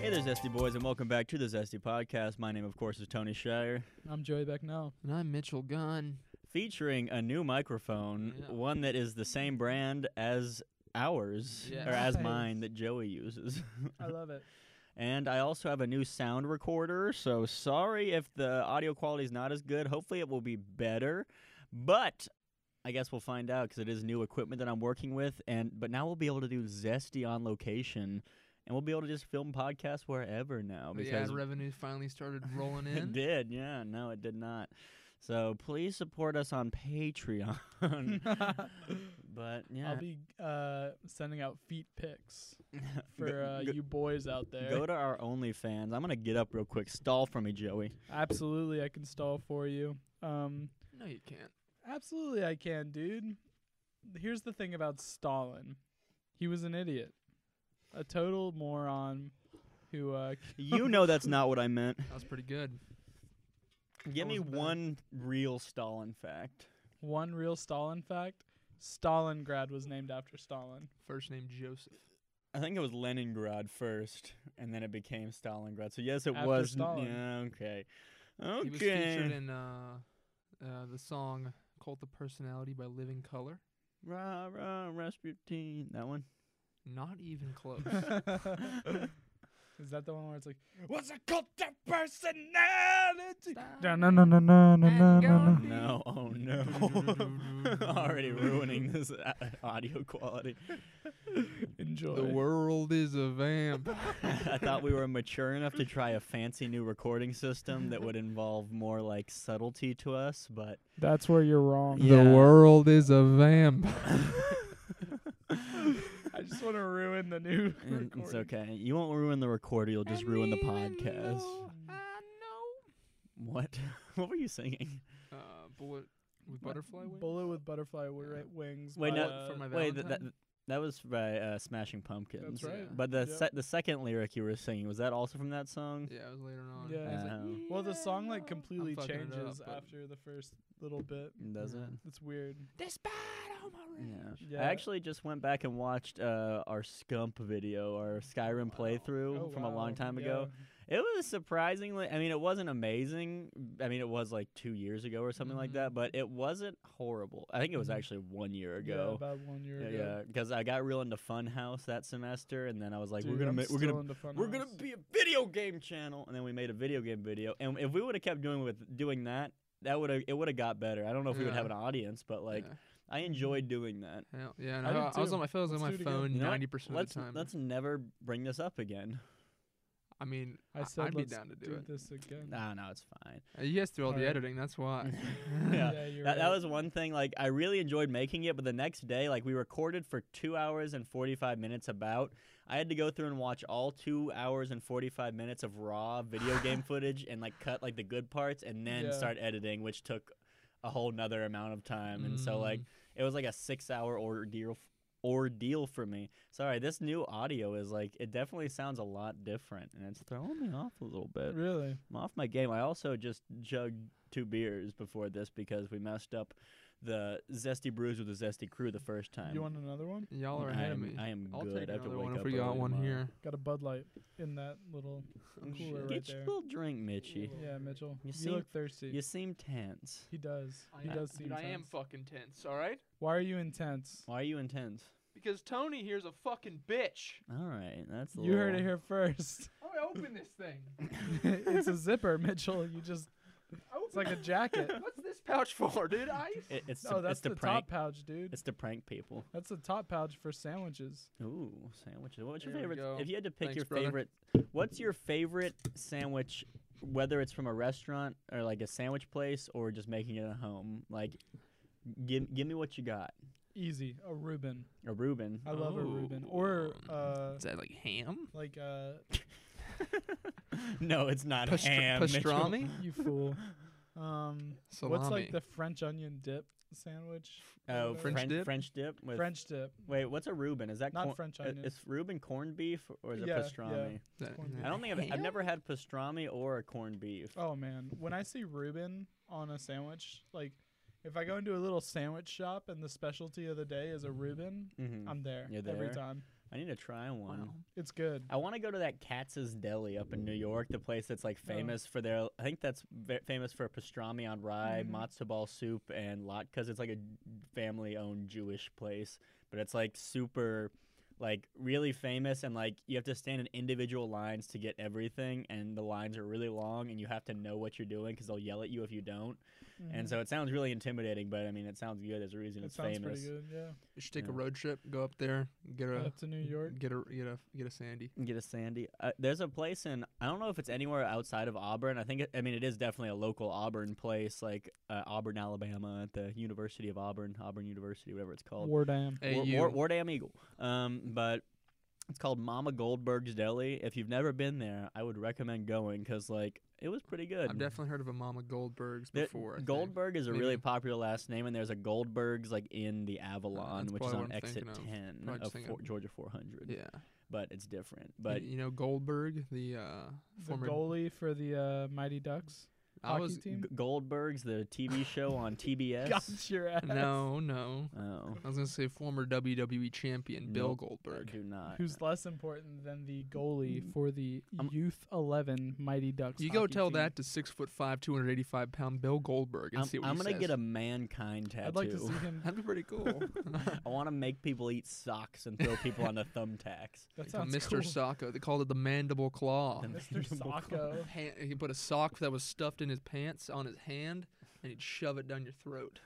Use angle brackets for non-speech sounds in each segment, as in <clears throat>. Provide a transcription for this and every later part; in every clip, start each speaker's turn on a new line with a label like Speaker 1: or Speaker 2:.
Speaker 1: Hey there, Zesty Boys, and welcome back to the Zesty Podcast. My name, of course, is Tony Shire,
Speaker 2: I'm Joey Becknell.
Speaker 3: And I'm Mitchell Gunn.
Speaker 1: featuring a new microphone,
Speaker 3: Yeah.
Speaker 1: one that is the same brand as ours,
Speaker 3: Yes.
Speaker 1: or as
Speaker 2: Nice.
Speaker 1: mine that Joey uses.
Speaker 2: I love it.
Speaker 1: and I also have a new sound recorder, so sorry if the audio quality is not as good. Hopefully, it will be better, but. I guess we'll find out because it is new equipment that I'm working with, and but now we'll be able to do zesty on location, and we'll be able to just film podcasts wherever now
Speaker 3: The
Speaker 1: because
Speaker 3: ad revenue
Speaker 1: <laughs>
Speaker 3: finally started rolling
Speaker 1: It
Speaker 3: in.
Speaker 1: did, yeah. No, it did not. So please support us on Patreon. <laughs>
Speaker 2: <laughs>
Speaker 1: but
Speaker 2: I'll
Speaker 1: yeah,
Speaker 2: be uh, sending out feet pics for
Speaker 1: Go-
Speaker 2: uh,
Speaker 1: go-
Speaker 2: you boys out there.
Speaker 1: go to our OnlyFans. I'm gonna get up real quick. Stall for me, Joey.
Speaker 2: absolutely, I can stall for you. Um,
Speaker 3: No, you can't.
Speaker 2: absolutely, I can, dude. Here's the thing about Stalin. He was an idiot, a total moron. Who? Uh,
Speaker 1: You know that's not what I
Speaker 2: <laughs>
Speaker 1: meant.
Speaker 3: That was pretty good.
Speaker 1: Give me
Speaker 2: wasn't bad.
Speaker 1: one real Stalin fact.
Speaker 2: one real Stalin fact: Stalingrad was named after Stalin.
Speaker 3: First name Joseph.
Speaker 1: I think it was Leningrad first, and then it became Stalingrad. So yes, it
Speaker 2: After
Speaker 1: was.
Speaker 2: Stalin.
Speaker 1: Yeah, okay.
Speaker 3: He was featured
Speaker 1: Okay.
Speaker 3: in uh, uh, the song "Cult of Personality" by Living Color.
Speaker 1: Rah rah Rasputin. That
Speaker 2: <laughs>
Speaker 1: one. <laughs>
Speaker 3: Not even close.
Speaker 2: Is that the one where it's like, "What's a cult of personality?"
Speaker 1: No, oh no. <laughs> Already ruining this uh, audio quality.
Speaker 2: Enjoy.
Speaker 3: the world is a <laughs> vamp.
Speaker 1: I thought we were mature enough to try a fancy new recording system that would involve more like subtlety to us, but <laughs>
Speaker 2: That's where you're wrong.
Speaker 1: Yeah.
Speaker 3: The world is a vamp.
Speaker 2: <laughs> I just want to ruin the new.
Speaker 1: it- it's okay. You won't ruin the recorder, you'll just ruin the podcast.
Speaker 3: I know.
Speaker 1: What? <laughs> what were you singing?
Speaker 3: Uh, bullet with butterfly wings.
Speaker 2: Bullet with butterfly wi- wings.
Speaker 1: Wait,
Speaker 2: by,
Speaker 1: no,
Speaker 2: uh,
Speaker 3: for my
Speaker 1: Wait, that, that,
Speaker 3: Valentine?
Speaker 1: that was by uh, Smashing Pumpkins.
Speaker 2: right.
Speaker 1: But the
Speaker 2: Yeah.
Speaker 1: se- the second lyric you were singing, was that also from that song?
Speaker 3: Yeah, it was later on.
Speaker 2: Yeah.
Speaker 3: It was like,
Speaker 1: Oh.
Speaker 2: well, the song like
Speaker 3: "Yeah."
Speaker 2: completely
Speaker 3: I'm fucking it
Speaker 2: changes
Speaker 3: up, but-
Speaker 2: after the first little bit.
Speaker 1: Does
Speaker 3: Yeah.
Speaker 1: it?
Speaker 2: It's weird.
Speaker 3: Despite all my rage.
Speaker 1: Yeah.
Speaker 2: Yeah.
Speaker 1: I actually just went back and watched uh, our Scump video, our Skyrim
Speaker 3: Wow.
Speaker 1: playthrough
Speaker 2: Oh,
Speaker 1: from a
Speaker 2: wow.
Speaker 1: long time ago. It was surprisingly, I mean, it wasn't amazing. I mean, it was like two years ago or something like
Speaker 3: Mhm.
Speaker 1: that, but it wasn't horrible. I think it was
Speaker 2: Mhm.
Speaker 1: actually one year
Speaker 2: Mm-hmm. Yeah,
Speaker 1: ago.
Speaker 2: about one year ago.
Speaker 1: yeah, because I got real into Funhouse that semester, and then I was like, we're
Speaker 2: Dude,
Speaker 1: gonna,
Speaker 2: I'm
Speaker 1: ma- we're gonna,
Speaker 2: still into
Speaker 1: we're gonna
Speaker 2: Funhouse.
Speaker 1: be a video game channel, and then we made a video game video. And if we would have kept doing with doing that, that would have it would have got better. I don't know if we would
Speaker 3: Yeah.
Speaker 1: have an audience, but like
Speaker 3: yeah.
Speaker 1: I enjoyed doing that.
Speaker 3: Hell, yeah, and
Speaker 2: I
Speaker 3: I,
Speaker 2: did
Speaker 3: I was
Speaker 2: too.
Speaker 3: on my phone, I was on
Speaker 2: Let's
Speaker 3: my
Speaker 2: do it again.
Speaker 3: phone
Speaker 1: You know what?
Speaker 3: ninety percent of
Speaker 1: let's
Speaker 3: the time.
Speaker 1: let's never bring this up again.
Speaker 3: I mean,
Speaker 2: I said
Speaker 3: would be
Speaker 2: let's
Speaker 3: down to do,
Speaker 2: do
Speaker 3: it.
Speaker 2: this again.
Speaker 1: No, no, it's fine.
Speaker 3: Uh, You guys do all the
Speaker 2: Alright.
Speaker 3: editing,
Speaker 2: <laughs>
Speaker 3: that's why.
Speaker 1: <laughs> Yeah.
Speaker 2: you're
Speaker 1: That, that
Speaker 2: right.
Speaker 1: was one thing. Like, I really enjoyed making it, but the next day, like, we recorded for two hours and forty-five minutes. About, I had to go through and watch all two hours and forty-five minutes of raw video game footage and like cut like the good parts and then
Speaker 2: Yeah.
Speaker 1: start editing, which took a whole nother amount of time. And so, like, it was like a six-hour ordeal ordeal for me. Sorry, this new audio is like it definitely sounds a lot different, and it's throwing me off a little bit.
Speaker 2: really.
Speaker 1: I'm off my game. I also just jugged two beers before this because we messed up the zesty brews with the zesty crew the first time.
Speaker 2: You want another one?
Speaker 3: y'all are ahead
Speaker 1: I
Speaker 3: of
Speaker 1: am,
Speaker 3: me.
Speaker 1: I am
Speaker 3: will
Speaker 1: good.
Speaker 3: take
Speaker 1: I have to
Speaker 3: another
Speaker 1: wake
Speaker 3: one
Speaker 1: up
Speaker 3: if we got
Speaker 1: early
Speaker 3: one
Speaker 1: tomorrow.
Speaker 3: here.
Speaker 2: Got a Bud Light in that little
Speaker 3: Oh,
Speaker 2: cooler
Speaker 3: shit.
Speaker 2: right
Speaker 1: Get your
Speaker 2: there.
Speaker 1: little drink, Mitchie.
Speaker 2: Yeah, Mitchell.
Speaker 1: You
Speaker 2: You,
Speaker 1: seem-
Speaker 2: look thirsty.
Speaker 1: You seem tense.
Speaker 2: he does. He
Speaker 1: <laughs>
Speaker 3: I-
Speaker 2: does
Speaker 3: dude,
Speaker 2: seem
Speaker 3: I am
Speaker 2: tense.
Speaker 3: fucking tense, all right?
Speaker 2: Why are you intense?
Speaker 1: Why are you intense?
Speaker 3: Because Tony here's a fucking bitch.
Speaker 1: All right, that's a
Speaker 2: You heard it
Speaker 1: little-
Speaker 2: here
Speaker 1: <laughs>
Speaker 2: first.
Speaker 3: I'm gonna open this <laughs> thing.
Speaker 2: <laughs> it's a zipper, Mitchell. You just
Speaker 3: Open
Speaker 2: it's like <laughs> a jacket.
Speaker 3: What's this pouch for,
Speaker 2: <laughs>
Speaker 3: dude? Ice?
Speaker 1: It, it's
Speaker 2: No,
Speaker 1: to,
Speaker 2: that's
Speaker 1: it's to
Speaker 2: the
Speaker 1: prank.
Speaker 2: top pouch, dude.
Speaker 1: It's to prank people.
Speaker 2: That's the top pouch for sandwiches.
Speaker 1: Ooh, sandwiches. What's your
Speaker 3: There we
Speaker 1: favorite?
Speaker 3: go.
Speaker 1: If you had to pick
Speaker 3: Thanks,
Speaker 1: your
Speaker 3: brother.
Speaker 1: favorite, what's your favorite sandwich? Whether it's from a restaurant or like a sandwich place or just making it at home, like, give give me what you got.
Speaker 2: Easy. A Reuben.
Speaker 1: A Reuben. <laughs>
Speaker 2: I love a Reuben. Or
Speaker 3: Oh,
Speaker 2: uh
Speaker 3: Is that like ham?
Speaker 2: like uh
Speaker 1: no, it's not
Speaker 3: Pastra-
Speaker 1: ham. <laughs> Mitchell.
Speaker 3: pastrami?
Speaker 1: <laughs>
Speaker 2: you fool. Um
Speaker 3: Salami.
Speaker 2: what's like the French onion dip sandwich? or
Speaker 1: Oh,
Speaker 2: whatever?
Speaker 1: French, French dip.
Speaker 3: dip?
Speaker 1: with
Speaker 2: French dip.
Speaker 1: wait, what's a Reuben? Is that
Speaker 2: Not
Speaker 1: corn-
Speaker 2: French
Speaker 1: i-
Speaker 2: onion.
Speaker 1: Is Reuben corned beef or is it
Speaker 2: Yeah, yeah.
Speaker 1: pastrami?
Speaker 3: That-
Speaker 2: corned
Speaker 1: I don't think I've, I've never had pastrami or a corned beef.
Speaker 2: Oh man, when I see Reuben on a sandwich, like if I go into a little sandwich shop and the specialty of the day is a Reuben,
Speaker 1: Mhm.
Speaker 2: I'm there
Speaker 1: You're
Speaker 2: every
Speaker 1: there?
Speaker 2: time.
Speaker 1: I I need to try one.
Speaker 3: Wow.
Speaker 2: It's good.
Speaker 1: I want to go to that Katz's Deli up in New York, the place that's like
Speaker 2: Oh.
Speaker 1: famous for their. I think that's ve- famous for pastrami on rye,
Speaker 2: Mhm.
Speaker 1: matzo ball soup, and latkes. It's like a family-owned Jewish place, but it's like super, like really famous, and like you have to stand in individual lines to get everything, and the lines are really long, and you have to know what you're doing because they'll yell at you if you don't. And
Speaker 2: Mhm.
Speaker 1: so it sounds really intimidating, but I mean, it sounds good. There's a reason
Speaker 2: it
Speaker 1: it's
Speaker 2: sounds
Speaker 1: famous.
Speaker 2: pretty good. Yeah.
Speaker 3: You should take a
Speaker 1: Yeah.
Speaker 3: road trip, go up there, get a
Speaker 2: Up to New York.
Speaker 3: get a get a get a sandy.
Speaker 1: Get a Sandy. Uh, there's a place in I don't know if it's anywhere outside of Auburn. I think it, I mean it is definitely a local Auburn place, like uh, Auburn, Alabama, at the University of Auburn, Auburn University, whatever it's called.
Speaker 2: Wardam.
Speaker 1: War, War, Wardam Eagle. Um, but it's called Mama Goldberg's Deli. If you've never been there, I would recommend going because like it was pretty good.
Speaker 3: I've definitely heard of a Mama Goldberg's
Speaker 1: There-
Speaker 3: before. I think.
Speaker 1: Goldberg is a
Speaker 3: Maybe
Speaker 1: really
Speaker 3: I'm-
Speaker 1: popular last name, and there's a Goldberg's like in the Avalon,
Speaker 3: that's
Speaker 1: which is
Speaker 3: probably
Speaker 1: on
Speaker 3: what I'm
Speaker 1: exit
Speaker 3: thinking of.
Speaker 1: 10
Speaker 3: Probably just
Speaker 1: of
Speaker 3: thinking
Speaker 1: four,
Speaker 3: of-
Speaker 1: Georgia 400.
Speaker 3: Yeah. You-
Speaker 1: but it's different. But
Speaker 3: you, know Goldberg, the uh,
Speaker 2: The
Speaker 3: former.
Speaker 2: goalie for the uh, Mighty Ducks
Speaker 3: I
Speaker 2: hockey
Speaker 3: was
Speaker 2: team.
Speaker 1: G- Goldberg's the TV show on TBS.
Speaker 2: Got
Speaker 1: <laughs>
Speaker 2: your ass.
Speaker 3: no, no.
Speaker 1: Oh,
Speaker 3: I was gonna say former WWE champion Bill
Speaker 1: Nope. I
Speaker 3: Goldberg.
Speaker 1: do not.
Speaker 2: Who's less important than the goalie for the
Speaker 1: Mm. I'm-
Speaker 2: Youth 11 Mighty Ducks?
Speaker 3: You go
Speaker 2: hockey
Speaker 3: tell
Speaker 2: team.
Speaker 3: that to six foot five, two hundred eighty five pound Bill Goldberg and
Speaker 1: I'm,
Speaker 3: see what
Speaker 1: I'm
Speaker 3: he
Speaker 1: gonna
Speaker 3: says.
Speaker 1: get a mankind tattoo.
Speaker 2: I'd like to see
Speaker 3: <laughs>
Speaker 2: him.
Speaker 3: That'd be
Speaker 1: <laughs>
Speaker 3: pretty cool.
Speaker 1: I want to make people eat socks and throw people onto thumbtacks.
Speaker 2: That
Speaker 3: Like
Speaker 2: sounds
Speaker 3: Mr.
Speaker 2: cool. <laughs>
Speaker 3: Socko. They called it the mandible claw.
Speaker 1: The <laughs>
Speaker 2: Mr. Socko.
Speaker 3: Pan- he put a sock that was stuffed in his pants on his hand, and he'd shove it down your throat.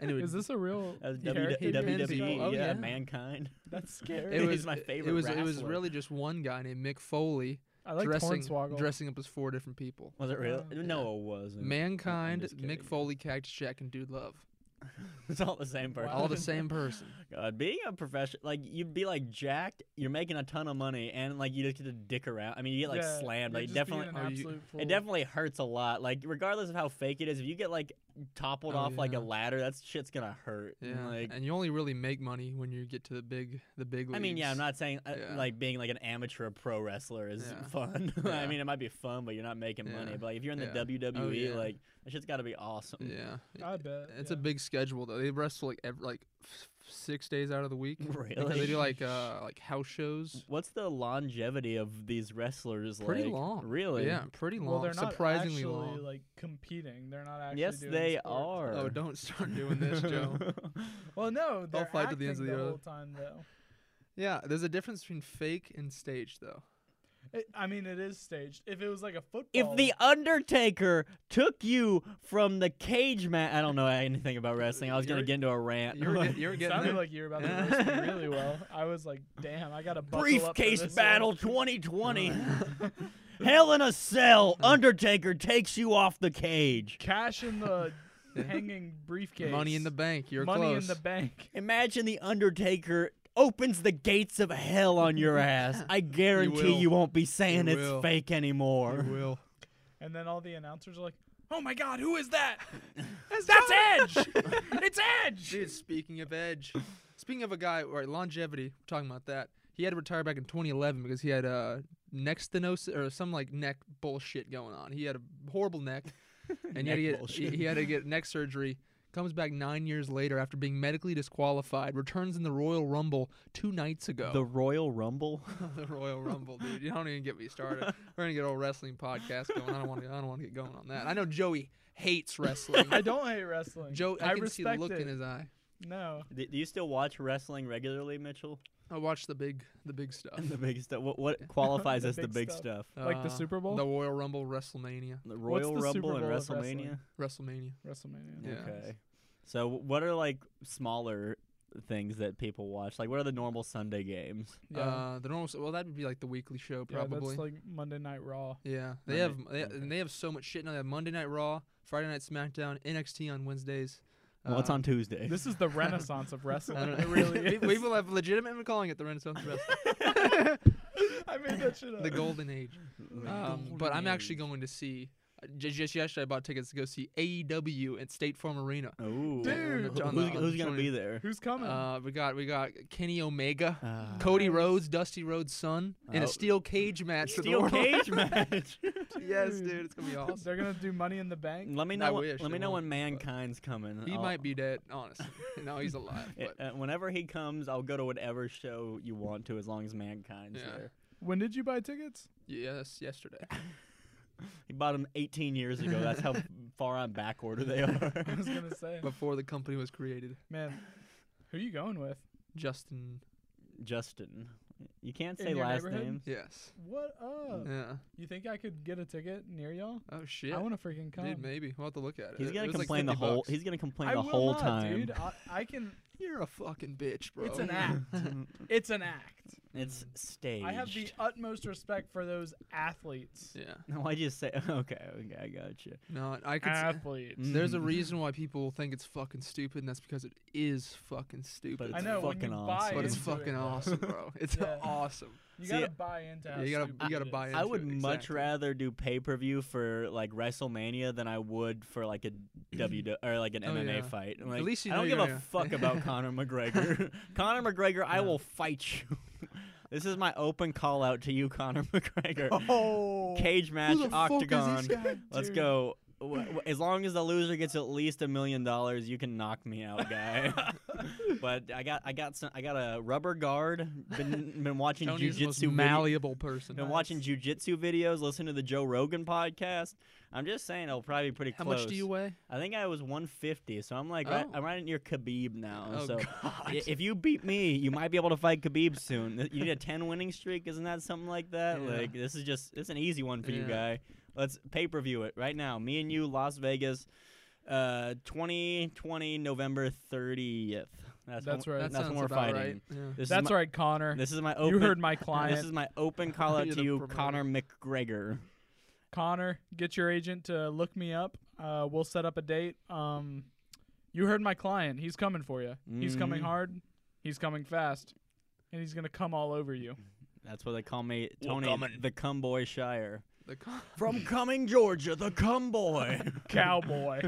Speaker 3: And it would,
Speaker 2: Is this a real
Speaker 1: That was
Speaker 2: character
Speaker 1: WW-
Speaker 2: you're
Speaker 3: Depends
Speaker 1: WWE.
Speaker 3: people.
Speaker 2: installing?
Speaker 3: Oh,
Speaker 1: E, yeah,
Speaker 3: yeah.
Speaker 1: mankind. <laughs>
Speaker 2: That's scary.
Speaker 1: It was- he's my favorite
Speaker 3: It was it was
Speaker 1: wrestler.
Speaker 3: really just one guy named Mick Foley
Speaker 2: I like
Speaker 3: dressing
Speaker 2: Hornswoggle.
Speaker 3: dressing up as four different people.
Speaker 1: Was it real?
Speaker 2: Yeah.
Speaker 1: No, it wasn't.
Speaker 3: Mankind,
Speaker 1: just kidding.
Speaker 3: Mick Foley, Cactus Jack, and Dude Love.
Speaker 1: <laughs> it's all the same person.
Speaker 2: <laughs>
Speaker 3: All the same person.
Speaker 1: <laughs> God, being a professional, like you'd be like jacked. You're making a ton of money, and like you just get to dick around. I mean, you get like
Speaker 2: Yeah,
Speaker 1: slammed.
Speaker 2: you're
Speaker 1: Like
Speaker 2: just
Speaker 1: definitely,
Speaker 2: being an
Speaker 3: oh, you-
Speaker 2: absolute fool.
Speaker 1: It definitely hurts a lot. Like regardless of how fake it is, if you get like toppled
Speaker 3: Oh,
Speaker 1: off like a
Speaker 3: yeah.
Speaker 1: ladder, that shit's gonna hurt. And,
Speaker 3: Yeah.
Speaker 1: Like
Speaker 3: and you only really make money when you get to the big the big leagues.
Speaker 1: I mean, yeah, I'm not saying uh,
Speaker 3: Yeah.
Speaker 1: like being like an amateur pro wrestler is
Speaker 3: Yeah.
Speaker 1: fun. <laughs> I
Speaker 3: Yeah.
Speaker 1: mean, it might be fun, but you're not making money.
Speaker 3: Yeah.
Speaker 1: But like, if you're in the
Speaker 3: Yeah. Oh,
Speaker 1: WWE,
Speaker 3: yeah.
Speaker 1: like that shit's gotta be awesome.
Speaker 3: Yeah.
Speaker 2: I bet.
Speaker 3: It's
Speaker 2: yeah.
Speaker 3: a big schedule though. They wrestle like ev like f- six days out of the week. Because they
Speaker 1: <laughs> Really?
Speaker 3: do like uh like house shows.
Speaker 1: What's the longevity of these wrestlers?
Speaker 3: Pretty
Speaker 1: like?
Speaker 3: long.
Speaker 1: Really?
Speaker 3: Yeah, pretty long.
Speaker 2: Well, they're not
Speaker 3: surprisingly
Speaker 2: actually <laughs>
Speaker 3: long.
Speaker 2: like competing. They're not actually.
Speaker 1: Yes,
Speaker 2: doing
Speaker 1: they
Speaker 2: sports.
Speaker 1: are.
Speaker 3: Oh, don't start doing
Speaker 1: <laughs>
Speaker 2: <laughs>
Speaker 3: this, Joe.
Speaker 2: Well, no, they're
Speaker 3: fight to
Speaker 2: acting
Speaker 3: the ends of the
Speaker 2: the
Speaker 3: earth.
Speaker 2: whole time though.
Speaker 3: Yeah, there's a difference between fake and staged though.
Speaker 2: It, I mean, it is staged. If it was like a football,
Speaker 1: If the Undertaker took you from the cage mat, I don't know anything about wrestling. I was gonna
Speaker 3: You're-
Speaker 1: get into a
Speaker 2: <laughs>
Speaker 1: rant. <laughs>
Speaker 3: You're, get, you're
Speaker 2: it
Speaker 3: getting
Speaker 2: sounded
Speaker 3: there.
Speaker 2: like you were about to roast
Speaker 3: <laughs>
Speaker 2: me really well. I was like, damn, I got a
Speaker 1: Briefcase
Speaker 2: uh, <laughs>
Speaker 1: battle 2020. <laughs> Hell in a cell. Undertaker takes you off the cage.
Speaker 2: Cash in
Speaker 3: <laughs>
Speaker 2: the hanging briefcase.
Speaker 3: money in the bank. You're
Speaker 2: money
Speaker 3: close.
Speaker 2: in the bank.
Speaker 1: Imagine the Undertaker opens the gates of hell on your ass.
Speaker 2: <laughs>
Speaker 1: I guarantee you,
Speaker 3: will.
Speaker 1: won't be saying
Speaker 3: You
Speaker 1: it's
Speaker 3: will.
Speaker 1: fake
Speaker 3: You
Speaker 1: anymore.
Speaker 3: will.
Speaker 2: And then all the announcers are like, "Oh my God, who is
Speaker 3: <laughs>
Speaker 2: that? That's Edge! it's Edge!"
Speaker 3: Dude, speaking of Edge, speaking of a guy, right? Longevity. We're talking about that. He had to retire back in 2011 because he had uh, neck stenosis or some like neck bullshit going on. He had a horrible neck,
Speaker 1: Neck
Speaker 3: and yet he had, he,
Speaker 1: bullshit.
Speaker 3: he had to get neck surgery. Comes back nine years later after being medically disqualified. Returns in the Royal Rumble two nights ago.
Speaker 1: The Royal <laughs> Rumble?
Speaker 3: <laughs> the Royal Rumble, dude. You don't even get me
Speaker 2: <laughs>
Speaker 3: started. We're gonna get old wrestling podcast going. I don't want to. I don't want to get going on that. I know Joey hates wrestling.
Speaker 2: <laughs> I don't hate wrestling.
Speaker 3: Joe, I,
Speaker 2: I
Speaker 3: can see the
Speaker 2: respect
Speaker 3: look
Speaker 2: it.
Speaker 3: in his eye.
Speaker 2: no.
Speaker 1: Do do you still watch wrestling regularly, Mitchell?
Speaker 3: I watch the big, the big stuff. Uh,
Speaker 1: The big stuff. What,
Speaker 2: <laughs>
Speaker 1: what qualifies
Speaker 2: Uh. The
Speaker 1: as the
Speaker 2: big
Speaker 1: big
Speaker 2: stuff.
Speaker 1: stuff?
Speaker 2: Like the Super Bowl?
Speaker 3: the Royal Rumble, WrestleMania,
Speaker 1: The
Speaker 2: What's
Speaker 1: Royal
Speaker 2: the Super
Speaker 1: Rumble and
Speaker 2: Bowl of wrestling?
Speaker 1: WrestleMania?
Speaker 3: WrestleMania.
Speaker 2: WrestleMania.
Speaker 3: Yeah.
Speaker 1: Okay. So, what are like smaller things that people watch? Like, what are the normal Sunday games?
Speaker 2: Yeah.
Speaker 3: Uh, the normal. Well, that'd be like the weekly show,
Speaker 2: Yeah,
Speaker 3: probably.
Speaker 2: that's like Monday Night Raw.
Speaker 3: Yeah, they have
Speaker 1: Monday-
Speaker 3: they,
Speaker 1: okay.
Speaker 3: and they have so much shit now. They have Monday Night Raw, Friday Night SmackDown, NXT on Wednesdays.
Speaker 1: Well, it's
Speaker 3: Uh,
Speaker 1: on Tuesday.
Speaker 2: This is the renaissance of wrestling.
Speaker 3: <laughs> I don't
Speaker 2: <laughs> It
Speaker 3: know.
Speaker 2: really
Speaker 3: Pe-
Speaker 2: is.
Speaker 3: People have legitimately been calling it the Renaissance of Wrestling,
Speaker 2: I made that shit <laughs> up.
Speaker 3: the Golden Age. Um, but I'm actually going to see. Just, just yesterday, I bought tickets to go see AEW at State Farm Arena.
Speaker 1: Ooh.
Speaker 2: Dude,
Speaker 1: Who-
Speaker 3: on
Speaker 1: who's,
Speaker 3: the-
Speaker 1: who's gonna
Speaker 3: joining-
Speaker 1: be there?
Speaker 2: Who's coming?
Speaker 3: Uh, we got we got Kenny Omega,
Speaker 1: Uh,
Speaker 3: <laughs> Cody Rhodes, Dusty Rhodes' son, in
Speaker 1: Oh.
Speaker 3: a steel cage match. for the <laughs>
Speaker 1: steel
Speaker 3: world.
Speaker 1: cage match.
Speaker 3: yes, dude, it's gonna <laughs> be awesome.
Speaker 2: They're gonna do Money in the Bank.
Speaker 1: Let me
Speaker 3: I
Speaker 1: know. when-
Speaker 3: wish
Speaker 1: let
Speaker 3: they
Speaker 1: me know
Speaker 3: won't,
Speaker 1: when mankind's coming.
Speaker 3: He
Speaker 1: I'll-
Speaker 3: might be dead, honestly. <laughs> no, he's alive.
Speaker 1: Uh,
Speaker 3: But
Speaker 1: uh, whenever he comes, I'll go to whatever show you want to, as long as mankind's
Speaker 3: Yeah.
Speaker 1: there.
Speaker 2: When did you buy
Speaker 3: <laughs>
Speaker 2: tickets?
Speaker 3: yes, yesterday.
Speaker 1: He bought them 18 years ago. That's how <laughs> far on back order they are. <laughs>
Speaker 2: I was <laughs> gonna say,
Speaker 3: Before the company was created.
Speaker 2: man, who you going with?
Speaker 3: Justin
Speaker 1: Justin, you can't
Speaker 2: In
Speaker 1: say
Speaker 2: your
Speaker 1: last
Speaker 2: neighborhood?
Speaker 1: names.
Speaker 3: Yes.
Speaker 2: What up?
Speaker 3: Yeah.
Speaker 2: You think I could get a ticket near y'all?
Speaker 3: Oh shit.
Speaker 2: I want to freaking come.
Speaker 3: Dude, maybe. We'll have to look at it.
Speaker 1: He's
Speaker 3: It-
Speaker 1: gonna
Speaker 3: it was like
Speaker 1: complain the
Speaker 3: 50
Speaker 1: whole.
Speaker 3: bucks.
Speaker 1: He's gonna complain
Speaker 2: I
Speaker 1: the
Speaker 2: will
Speaker 1: whole
Speaker 2: not,
Speaker 1: time.
Speaker 2: dude. I, I can.
Speaker 3: You're a fucking bitch, bro.
Speaker 2: It's an act. it's an act.
Speaker 1: <laughs> It's staged.
Speaker 2: I have the utmost respect for those athletes.
Speaker 3: <laughs>
Speaker 1: <laughs>
Speaker 3: yeah.
Speaker 1: Why'd you say? <laughs> Okay, okay, I got you.
Speaker 3: No, I could. s-
Speaker 2: Athletes.
Speaker 1: Mm.
Speaker 3: there's a
Speaker 1: Mhm.
Speaker 3: reason why people think it's fucking stupid, and that's because it is fucking stupid.
Speaker 1: it's
Speaker 2: I know. when
Speaker 1: fucking
Speaker 2: you
Speaker 1: awesome.
Speaker 2: buy
Speaker 3: But it's
Speaker 2: into it,
Speaker 3: fucking
Speaker 2: though,
Speaker 3: awesome,
Speaker 1: <laughs>
Speaker 3: bro. It's
Speaker 2: Yeah.
Speaker 3: awesome.
Speaker 2: You
Speaker 1: See,
Speaker 2: gotta buy into.
Speaker 3: yeah,
Speaker 2: how
Speaker 3: you gotta-
Speaker 2: stupid
Speaker 3: you gotta
Speaker 2: it
Speaker 3: buy
Speaker 2: is.
Speaker 1: I
Speaker 3: into
Speaker 1: would
Speaker 3: it,
Speaker 1: much
Speaker 3: exactly.
Speaker 1: rather do pay per view for like WrestleMania than I would for like a
Speaker 3: <clears throat>
Speaker 1: W or like an
Speaker 3: Oh,
Speaker 1: MMA
Speaker 3: yeah.
Speaker 1: fight.
Speaker 3: At
Speaker 1: Like,
Speaker 3: least you
Speaker 1: I don't
Speaker 3: know
Speaker 1: give
Speaker 3: you're <laughs>
Speaker 1: a
Speaker 3: gonna-
Speaker 1: fuck about Conor McGregor.
Speaker 3: <laughs>
Speaker 1: Conor McGregor, I
Speaker 3: Yeah.
Speaker 1: will fight you. <laughs> this is my open call out to you, Conor <laughs>
Speaker 3: <laughs>
Speaker 1: McGregor.
Speaker 2: Oh.
Speaker 1: Cage match,
Speaker 3: Who the fuck
Speaker 1: octagon.
Speaker 3: is this guy?
Speaker 1: Let's
Speaker 2: dude?
Speaker 1: go. W- w- As long as the loser gets at least a million dollars, you can knock me out,
Speaker 3: <laughs>
Speaker 1: guy. but I got, I got some, I got a rubber guard. Been, been watching
Speaker 3: Tony's the most
Speaker 1: jujitsu video-
Speaker 3: malleable person.
Speaker 1: been watching jujitsu videos, listening to the Joe Rogan podcast. I'm just saying it'll probably be pretty
Speaker 3: How
Speaker 1: close.
Speaker 3: much do you weigh?
Speaker 1: I think I was 150, so I'm like right,
Speaker 3: Oh.
Speaker 1: I'm right near Khabib now.
Speaker 3: Oh,
Speaker 1: Uh, so
Speaker 3: God. <laughs>
Speaker 1: i- if you beat me, you might be able to fight Khabib soon. Th- You need a 10 winning streak, isn't that something like that?
Speaker 3: Yeah.
Speaker 1: Like this is just it's an easy one for you
Speaker 3: Yeah.
Speaker 1: guy. Let's pay per view it right now. Me and you, Las Vegas, uh, 2020 November 30th. That's
Speaker 2: That's
Speaker 1: when,
Speaker 2: right.
Speaker 1: That's
Speaker 3: That
Speaker 1: when
Speaker 3: sounds
Speaker 1: we're
Speaker 3: about
Speaker 1: fighting.
Speaker 3: right. Yeah.
Speaker 1: This
Speaker 2: That's
Speaker 1: is my,
Speaker 2: right, Connor.
Speaker 1: This is my open.
Speaker 2: You heard my
Speaker 1: This
Speaker 2: client,
Speaker 1: is my open call out
Speaker 3: <laughs> You're
Speaker 1: to
Speaker 3: the
Speaker 1: you,
Speaker 3: promoter.
Speaker 1: Connor McGregor.
Speaker 2: Connor. Get your agent to look me up. Uh, we'll set up a date. Um, you heard my client. He's coming for you. He's coming
Speaker 1: Mhm.
Speaker 2: hard. He's coming fast, and he's gonna come all over you.
Speaker 1: That's what they call me,
Speaker 3: We're
Speaker 1: Tony,
Speaker 3: coming.
Speaker 1: the Cumboy Shire.
Speaker 3: The con-
Speaker 1: From Cumming, Georgia, the Cumboy. <laughs>
Speaker 3: <laughs>
Speaker 2: Cowboy.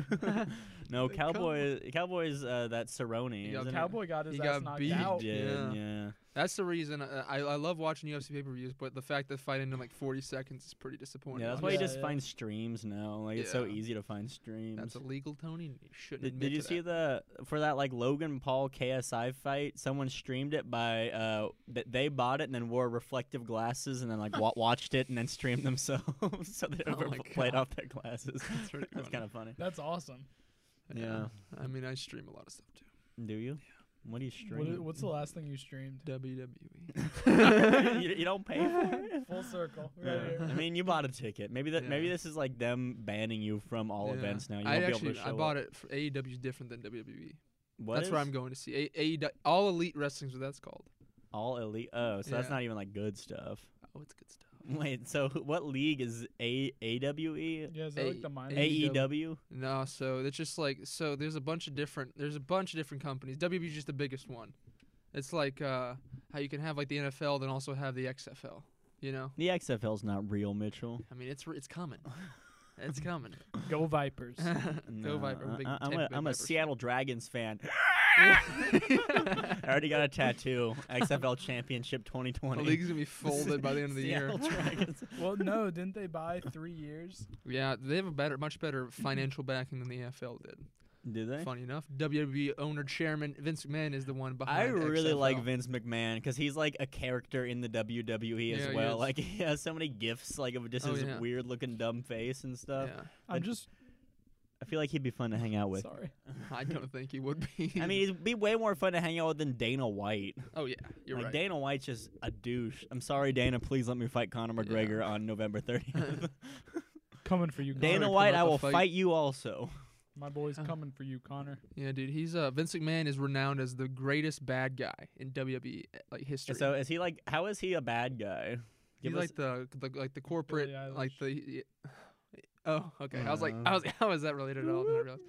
Speaker 1: no,
Speaker 3: The
Speaker 1: Cowboy. Cowboy's uh, that Cerrone.
Speaker 3: Yeah,
Speaker 1: isn't it?
Speaker 2: Cowboy got his
Speaker 3: He
Speaker 2: ass
Speaker 3: got
Speaker 2: knocked
Speaker 3: beat.
Speaker 1: He
Speaker 2: out.
Speaker 1: did,
Speaker 3: Yeah.
Speaker 1: yeah.
Speaker 3: That's the reason uh, I, I, I love watching UFC pay per views, but the fact that fight ended in like 40 seconds is pretty disappointing.
Speaker 1: Yeah, that's
Speaker 3: honestly.
Speaker 1: why you
Speaker 2: Yeah,
Speaker 1: just
Speaker 2: yeah.
Speaker 1: find streams now. Like it's so
Speaker 3: Yeah.
Speaker 1: easy to find streams.
Speaker 3: That's illegal, Tony. and You shouldn't
Speaker 1: Did,
Speaker 3: admit
Speaker 1: did you
Speaker 3: to
Speaker 1: see
Speaker 3: that.
Speaker 1: the for that like Logan Paul KSI fight? Someone streamed it by uh th- they bought it and then wore reflective glasses and then like wa- watched it and then streamed <laughs> themselves so they
Speaker 3: Oh
Speaker 1: over
Speaker 3: my
Speaker 1: played
Speaker 3: God.
Speaker 1: off their glasses.
Speaker 3: <laughs> That's pretty
Speaker 1: <laughs> That's
Speaker 3: funny.
Speaker 1: kind of funny.
Speaker 2: That's awesome.
Speaker 1: Yeah.
Speaker 3: I mean, I stream a lot of stuff too.
Speaker 1: Do you? What do you
Speaker 2: What,
Speaker 1: stream?
Speaker 2: i- what's the last thing you streamed?
Speaker 3: <laughs>
Speaker 1: E.
Speaker 3: WWE.
Speaker 1: you, you don't pay for
Speaker 3: <laughs>
Speaker 1: it.
Speaker 2: Full circle. Right
Speaker 1: Yeah. I
Speaker 2: here.
Speaker 1: mean, you bought a ticket. Maybe that. Maybe
Speaker 3: Yeah.
Speaker 1: this is like them banning you from all
Speaker 3: Yeah.
Speaker 1: events now. You won't
Speaker 3: I
Speaker 1: be
Speaker 3: actually
Speaker 1: able to
Speaker 3: I
Speaker 1: show
Speaker 3: bought
Speaker 1: up.
Speaker 3: it. For, AEW is different than WWE.
Speaker 1: What
Speaker 3: that's where
Speaker 1: is
Speaker 3: I'm going to see A, AEW, All Elite Wrestling. Is what that's called.
Speaker 1: All elite. Oh, so that's
Speaker 3: Yeah.
Speaker 1: not even like good stuff. <laughs>
Speaker 3: Oh, it's good stuff.
Speaker 1: Wait. So what league is A E? AWE?
Speaker 2: Yeah, is that like
Speaker 3: A-
Speaker 2: the minor?
Speaker 3: A- E
Speaker 1: E
Speaker 3: AEW.
Speaker 1: AEW.
Speaker 3: No, so it's just like so. There's a bunch of different. There's a bunch of different companies. WWE is just the biggest one. It's like uh, how you can have like the NFL, then also have the XFL. You know,
Speaker 1: The XFL's not real, Mitchell.
Speaker 3: I mean, it's re- it's coming. It's coming. <laughs>
Speaker 1: <laughs>
Speaker 2: Go Vipers.
Speaker 1: No,
Speaker 3: Viper,
Speaker 1: I-
Speaker 3: big
Speaker 1: I, am
Speaker 3: Tampa
Speaker 1: a,
Speaker 3: Bay
Speaker 1: I'm a
Speaker 3: <laughs> Vipers fan.
Speaker 1: Seattle Dragons fan. I already got a
Speaker 3: <laughs>
Speaker 1: tattoo. XFL Championship
Speaker 3: the
Speaker 1: 2020. <laughs>
Speaker 3: league's gonna be folded by the end of the year.
Speaker 1: Seattle Dragons.
Speaker 3: <laughs>
Speaker 2: well, no, didn't they buy three years?
Speaker 3: Yeah, they have a better, much better financial backing than the AFL did.
Speaker 1: Do they?
Speaker 3: Funny enough, WWE owner chairman Vince McMahon is the one behind.
Speaker 1: I really like
Speaker 3: XFL.
Speaker 1: Vince McMahon because he's like a character in the WWE
Speaker 3: Yeah,
Speaker 1: as
Speaker 3: he
Speaker 1: well.
Speaker 3: is.
Speaker 1: like <laughs> he has so many gifts, like of just
Speaker 3: Oh,
Speaker 1: his
Speaker 3: yeah.
Speaker 1: weird looking dumb face and stuff.
Speaker 3: Yeah,
Speaker 2: I'm
Speaker 1: And-
Speaker 2: just
Speaker 1: I feel like he'd be fun to hang out with.
Speaker 2: sorry.
Speaker 3: I don't think he would be.
Speaker 1: <laughs> I mean, it'd be way more fun to hang out with than Dana White.
Speaker 3: oh yeah, you're
Speaker 1: like
Speaker 3: right.
Speaker 1: Dana White's just a douche. I'm sorry, Dana. Please let me fight Conor
Speaker 3: Yeah.
Speaker 1: McGregor on November
Speaker 3: <laughs>
Speaker 1: 30th.
Speaker 2: Coming for you, Connor.
Speaker 1: <laughs> Dana
Speaker 3: come
Speaker 1: White,
Speaker 3: up
Speaker 1: I
Speaker 3: and
Speaker 1: will
Speaker 3: fight.
Speaker 1: fight. you also.
Speaker 2: My boy's coming for you, Connor.
Speaker 3: Yeah, dude, he's uh Vince McMahon is renowned as the greatest bad guy in WWE uh, like history.
Speaker 1: So is he like? How is he a bad guy?
Speaker 3: he's
Speaker 1: Give us-
Speaker 3: like the, the like the corporate
Speaker 2: Billie
Speaker 3: like the. <sighs> Oh, okay. I was like,
Speaker 1: Uh.
Speaker 3: I was, <laughs> how is that related at all? Then I realized.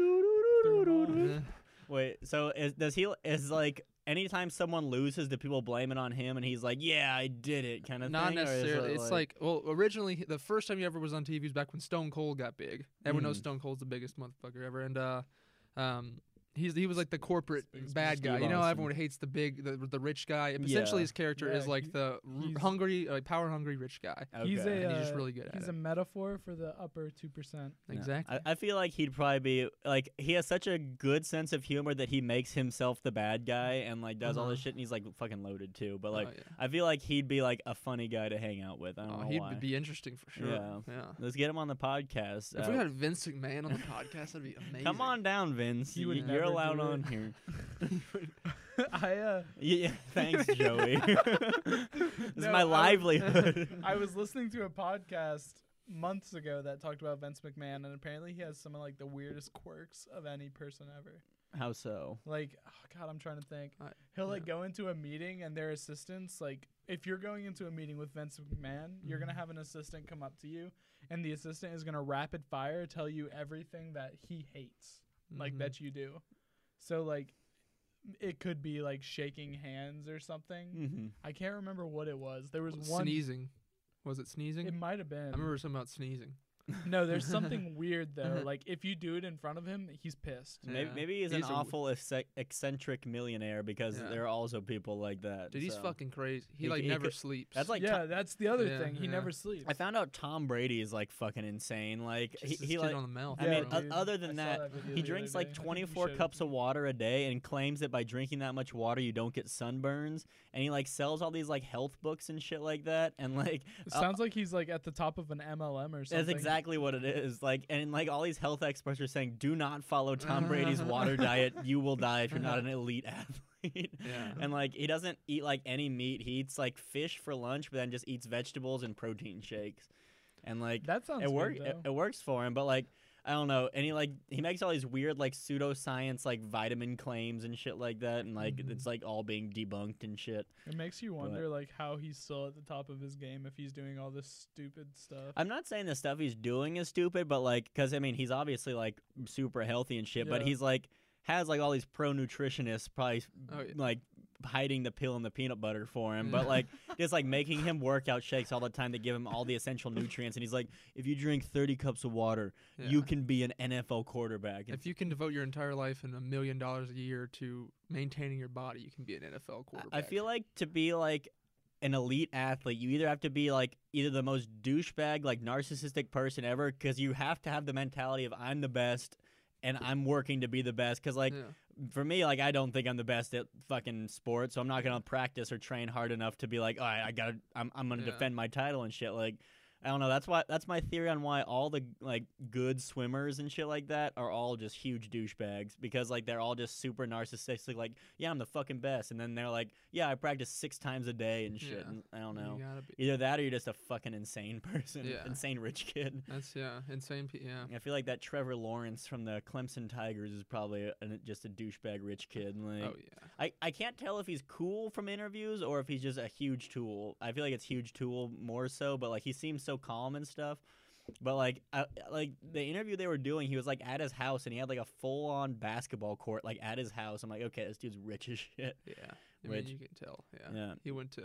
Speaker 2: Mhm.
Speaker 3: Yeah.
Speaker 1: Wait, so is, does he is like anytime someone loses, do people blame it on him and he's like, "Yeah, I did it," kind of
Speaker 3: Not
Speaker 1: thing? or is
Speaker 3: necessarily.
Speaker 1: it
Speaker 3: It's like, well, originally the first time he ever was on TV was back when Stone Cold got big. Everyone knows
Speaker 1: Mm.
Speaker 3: Stone Cold's the biggest motherfucker ever, and uh, um, He's he was like the corporate
Speaker 2: Big
Speaker 3: bad
Speaker 1: Steve
Speaker 3: guy. You know, how
Speaker 1: Austin.
Speaker 3: everyone hates the big, the, the rich guy. Essentially,
Speaker 1: Yeah.
Speaker 3: his character
Speaker 2: Yeah,
Speaker 3: is like
Speaker 2: he-
Speaker 3: the
Speaker 2: he's-
Speaker 3: r- hungry, like power hungry rich guy.
Speaker 2: He's
Speaker 1: Okay.
Speaker 2: a
Speaker 3: And he's just
Speaker 2: uh,
Speaker 3: really good at
Speaker 2: He's
Speaker 3: it.
Speaker 2: a metaphor for the upper two percent.
Speaker 1: Yeah.
Speaker 3: Exactly.
Speaker 1: I, I feel like he'd probably be like he has such a good sense of humor that he makes himself the bad guy and like does all this
Speaker 3: Uh-huh.
Speaker 1: shit and he's like fucking loaded too. But
Speaker 3: Oh,
Speaker 1: like
Speaker 3: yeah.
Speaker 1: I feel like he'd be like a funny guy to hang out with. I don't
Speaker 3: Oh,
Speaker 1: know
Speaker 3: he'd
Speaker 1: why.
Speaker 3: be interesting for sure.
Speaker 1: Yeah.
Speaker 3: Yeah.
Speaker 1: Let's get him on the podcast.
Speaker 3: If
Speaker 1: Uh,
Speaker 3: we had Vince McMahon on the podcast, that'd be amazing.
Speaker 1: come on down, Vince.
Speaker 2: He would
Speaker 1: Y- You're
Speaker 2: never do
Speaker 1: allowed
Speaker 2: it.
Speaker 1: on
Speaker 3: <laughs>
Speaker 1: here.
Speaker 2: <laughs> I uh,
Speaker 1: yeah, <laughs>
Speaker 3: <laughs>
Speaker 1: thanks, Joey. <laughs> this is
Speaker 2: No,
Speaker 1: my
Speaker 2: I was-
Speaker 3: <laughs>
Speaker 1: livelihood.
Speaker 2: I was listening to a podcast months ago that talked about Vince McMahon, and apparently he has some of like the weirdest quirks of any person ever.
Speaker 1: How so?
Speaker 2: Like, oh God, I'm trying to think.
Speaker 3: I-
Speaker 2: He'll like go into a meeting and their assistants, like, if you're going into a meeting with Vince McMahon, you're gonna have an assistant come up to you, and the assistant is gonna rapid fire tell you everything that he hates, like
Speaker 1: Mm-hmm.
Speaker 3: Mhm.
Speaker 2: that you do. So like, it could be like shaking hands or something.
Speaker 1: hmm
Speaker 2: I can't remember what it was. There was one.
Speaker 3: Sneezing. Was it sneezing?
Speaker 2: It might have been.
Speaker 3: I remember something about sneezing.
Speaker 1: <laughs>
Speaker 2: No, there's something weird
Speaker 1: Uh-huh.
Speaker 2: though. Like if you do it in front of him, he's pissed.
Speaker 1: Maybe,
Speaker 3: Yeah.
Speaker 1: maybe he's, an
Speaker 3: He's a w-
Speaker 1: awful ecce- eccentric millionaire because
Speaker 3: Yeah.
Speaker 1: there are also people like that.
Speaker 3: Dude, he's
Speaker 1: so.
Speaker 3: fucking crazy. He,
Speaker 1: He-
Speaker 3: like
Speaker 1: he
Speaker 3: never
Speaker 1: could-
Speaker 3: sleeps.
Speaker 1: That's like
Speaker 2: yeah, that's the other
Speaker 3: Yeah,
Speaker 2: thing. He
Speaker 3: yeah.
Speaker 2: never sleeps.
Speaker 1: I found out Tom Brady is like fucking insane. Like he,
Speaker 3: Just this
Speaker 1: he
Speaker 3: kid
Speaker 1: like
Speaker 3: on the mouth.
Speaker 1: I mean, uh,
Speaker 3: bro.
Speaker 1: o- other than
Speaker 2: saw
Speaker 1: that,
Speaker 2: video
Speaker 1: he
Speaker 2: the
Speaker 1: drinks
Speaker 2: other
Speaker 1: like <laughs>
Speaker 2: day. I think you
Speaker 1: 24
Speaker 2: showed it
Speaker 1: cups
Speaker 2: to
Speaker 1: of
Speaker 2: me.
Speaker 1: water a day and claims that by drinking that much water you don't get sunburns and he like sells all these like health books and shit like that and like <laughs>
Speaker 2: It
Speaker 1: uh,
Speaker 2: sounds like he's like at the top of an MLM or something.
Speaker 1: that's exactly what it is like and like all these health experts are saying do not follow Tom
Speaker 2: <laughs>
Speaker 1: Brady's water diet you will die if you're not an elite
Speaker 2: <laughs>
Speaker 1: athlete
Speaker 3: yeah.
Speaker 1: and like he doesn't eat like any meat he eats like fish for lunch but then just eats vegetables and protein shakes and like
Speaker 2: That sounds
Speaker 1: it works.
Speaker 2: good
Speaker 1: It,
Speaker 2: though.
Speaker 1: it works for him, but like I don't know. And he like he makes all these weird like pseudoscience like vitamin claims and shit like that, and like
Speaker 2: Mm-hmm.
Speaker 3: Mhm.
Speaker 1: it's like all being debunked and shit.
Speaker 2: It, makes you wonder like how he's still at the top of his game if he's doing all this stupid stuff.
Speaker 1: I'm not saying the stuff he's doing is stupid, but like because I mean he's obviously like super healthy and shit, but
Speaker 2: Yeah.
Speaker 1: he's like has like all these pro nutritionists probably
Speaker 3: Oh, yeah. Mm.
Speaker 1: like hiding the pill and the peanut butter for him, but
Speaker 3: Yeah.
Speaker 1: like just
Speaker 3: <laughs>
Speaker 1: like making him workout shakes all the time to give him all the essential nutrients, and he's like, if you drink 30 cups of water,
Speaker 3: yeah.
Speaker 1: you can be an NFL quarterback.
Speaker 3: If you can devote your entire life and a million dollars a year to maintaining your body, you can be an NFL
Speaker 1: I-
Speaker 3: quarterback.
Speaker 1: I feel like to be like an elite athlete, you either have to be like either the most douchebag, like narcissistic person ever, because you have to have the mentality of I'm the best and I'm working to be the best. Because like
Speaker 3: Yeah.
Speaker 1: for me, like I don't think I'm the best at fucking sports, so I'm not gonna practice or train hard enough to be like, all right, I gotta, I'm, I'm gonna
Speaker 3: Yeah.
Speaker 1: defend my title and shit. Like, I don't know. That's why that's my theory on why all the like good swimmers and shit like that are all just huge douchebags because like they're all just super narcissistic. Like, yeah, I'm the fucking best, and then they're like, yeah, I practice six times a day and shit.
Speaker 3: Yeah.
Speaker 1: And I don't
Speaker 3: You
Speaker 1: know.
Speaker 3: gotta be-
Speaker 1: Either that or you're just a fucking insane <laughs> person,
Speaker 3: Yeah.
Speaker 1: insane rich kid.
Speaker 3: That's yeah, insane. Pe- yeah.
Speaker 1: I feel like that Trevor Lawrence from the Clemson Tigers is probably a, just a douchebag rich kid. Like,
Speaker 3: Oh yeah.
Speaker 1: I, I can't tell if he's cool from interviews or if he's just a huge tool. I feel like it's huge tool more so, but like he seems so calm and stuff. But like I, like the interview they were doing, he was like at his house and he had like a full on basketball court like at his house. I'm like, okay, this dude's rich as shit.
Speaker 3: Yeah. I
Speaker 1: Which-
Speaker 3: mean, you can tell. Yeah.
Speaker 1: Yeah,
Speaker 3: He went to.